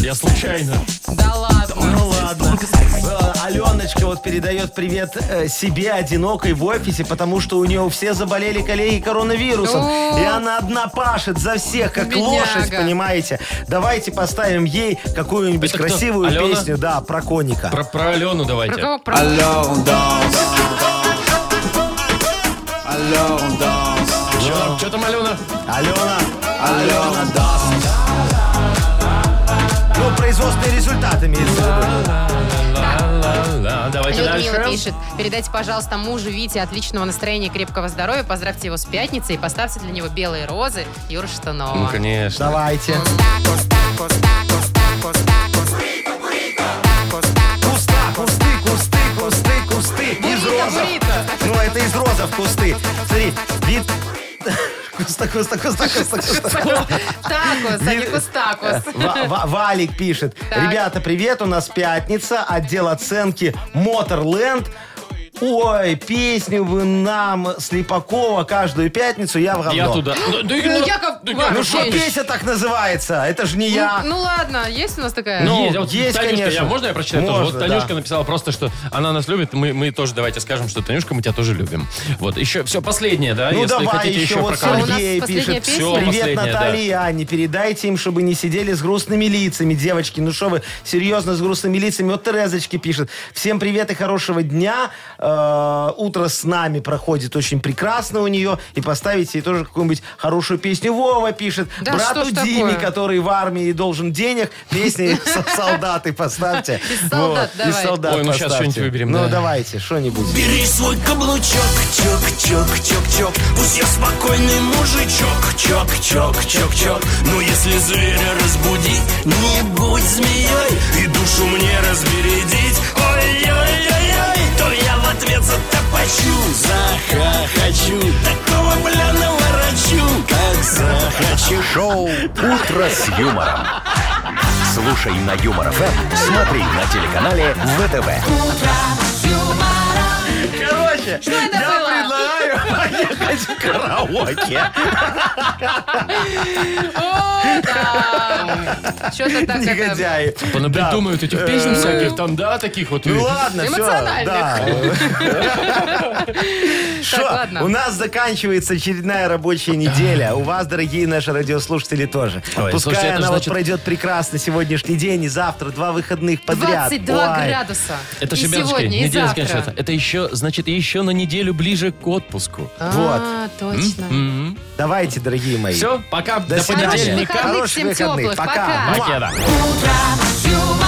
Я случайно.
Да ладно.
Ну ладно. Э, Аленочка вот передает привет э, себе одинокой в офисе, потому что у нее все заболели коллеги коронавирусом.
О.
И она одна пашет за всех, как
Бедняга.
лошадь, понимаете? Давайте поставим ей какую-нибудь
Это кто?
красивую
Алена?
песню, да, про коника.
Про, про Алену давайте.
Про кого? Про-
Что, там, Алена?
Алена, Алена, да. Ну, производственные результаты имеется в виду.
Ла-ла-ла. Давайте
Людмила
дальше.
пишет, передайте, пожалуйста, мужу Вите отличного настроения, крепкого здоровья, поздравьте его с пятницы и поставьте для него белые розы Юра Штанова.
Ну, конечно.
Давайте. Куста, кусты, кусты, кусты, кусты. Из
Бурито,
розов.
бурито.
Ну, это из розов кусты. Смотри, вид... Куста, куста, куста, куста, куста.
Такос, а не
Вид-
кустакос.
Э,
Ва- Ва- Валик пишет.
Так.
Ребята, привет, у нас пятница, отдел оценки Моторленд. Ой, песню вы нам, Слепакова, каждую пятницу я в говно.
Я туда. Ну, да и
Ну,
ну,
Яков
да
Ну
Маркович.
что, песня так называется? Это же не я.
Ну, ну ладно, есть у нас такая?
Ну,
Есть, вот
есть,
Танюшка,
конечно.
я- можно я прочитаю тоже?
Можно,
Вот Танюшка
да.
написала просто, что она нас любит, мы, мы тоже давайте скажем, что Танюшка, мы тебя тоже любим. Вот, еще, все, последнее, да,
Ну
если
давай
хотите
еще,
еще
вот
про кого-нибудь.
А у нас
Сергей
последняя
пишет.
песня? Всё,
последняя,
Привет,
да.
Наталья и Анне. Передайте им, чтобы не сидели с грустными лицами. Девочки, ну что вы, серьезно, с грустными лицами. Вот Терезочки пишет. Всем привет и хорошего дня. Э, утро с нами проходит очень прекрасно у нее. И поставите ей тоже какую-нибудь хорошую песню. Вова пишет.
Да что
Брату
ж такое?
Диме, который в армии должен денег, песни со- солдаты поставьте.
Из солдат
Вот, из
давай.
солдат
Ой, ну щас
поставьте.
что-нибудь выберем, да.
Ну давайте, что-нибудь.
Бери свой каблучок, чок, чок, чок, чок. Пусть я спокойный мужичок, чок, чок, чок, чок. Но если зверя разбудить, не будь змеей и душу мне разбередить. Ой-ой-ой-ой, то я в ответ затопочу, захохочу. Такого пляного рачу, как захочу.
Шоу «Утро с юмором». Слушай на Юмор ФМ, смотри на телеканале ВТВ.
Короче,
это
я
было?
предлагаю поехать в караоке.
О, да. Что-то так это-
Негодяи.
Понапридумают этих песен всяких там, да, таких вот.
Ну ладно, все.
Эмоциональных.
Что,
ладно.
у нас заканчивается очередная рабочая неделя. У вас, дорогие наши радиослушатели, тоже.
Ой, слушайте,
Пускай
это
она вот
значит-
пройдет прекрасно сегодняшний день и завтра два выходных подряд.
22
Ой.
градуса.
Это
и
же
сегодня, и завтра.
это. Это еще, значит, еще на неделю ближе к отпуску.
А, точно.
Давайте, дорогие мои.
Все, пока, до,
свидания.
понедельника.
Выходных
Хороших
всем
выходных.
теплых. Пока.
Пока.
Покеда.
юмор.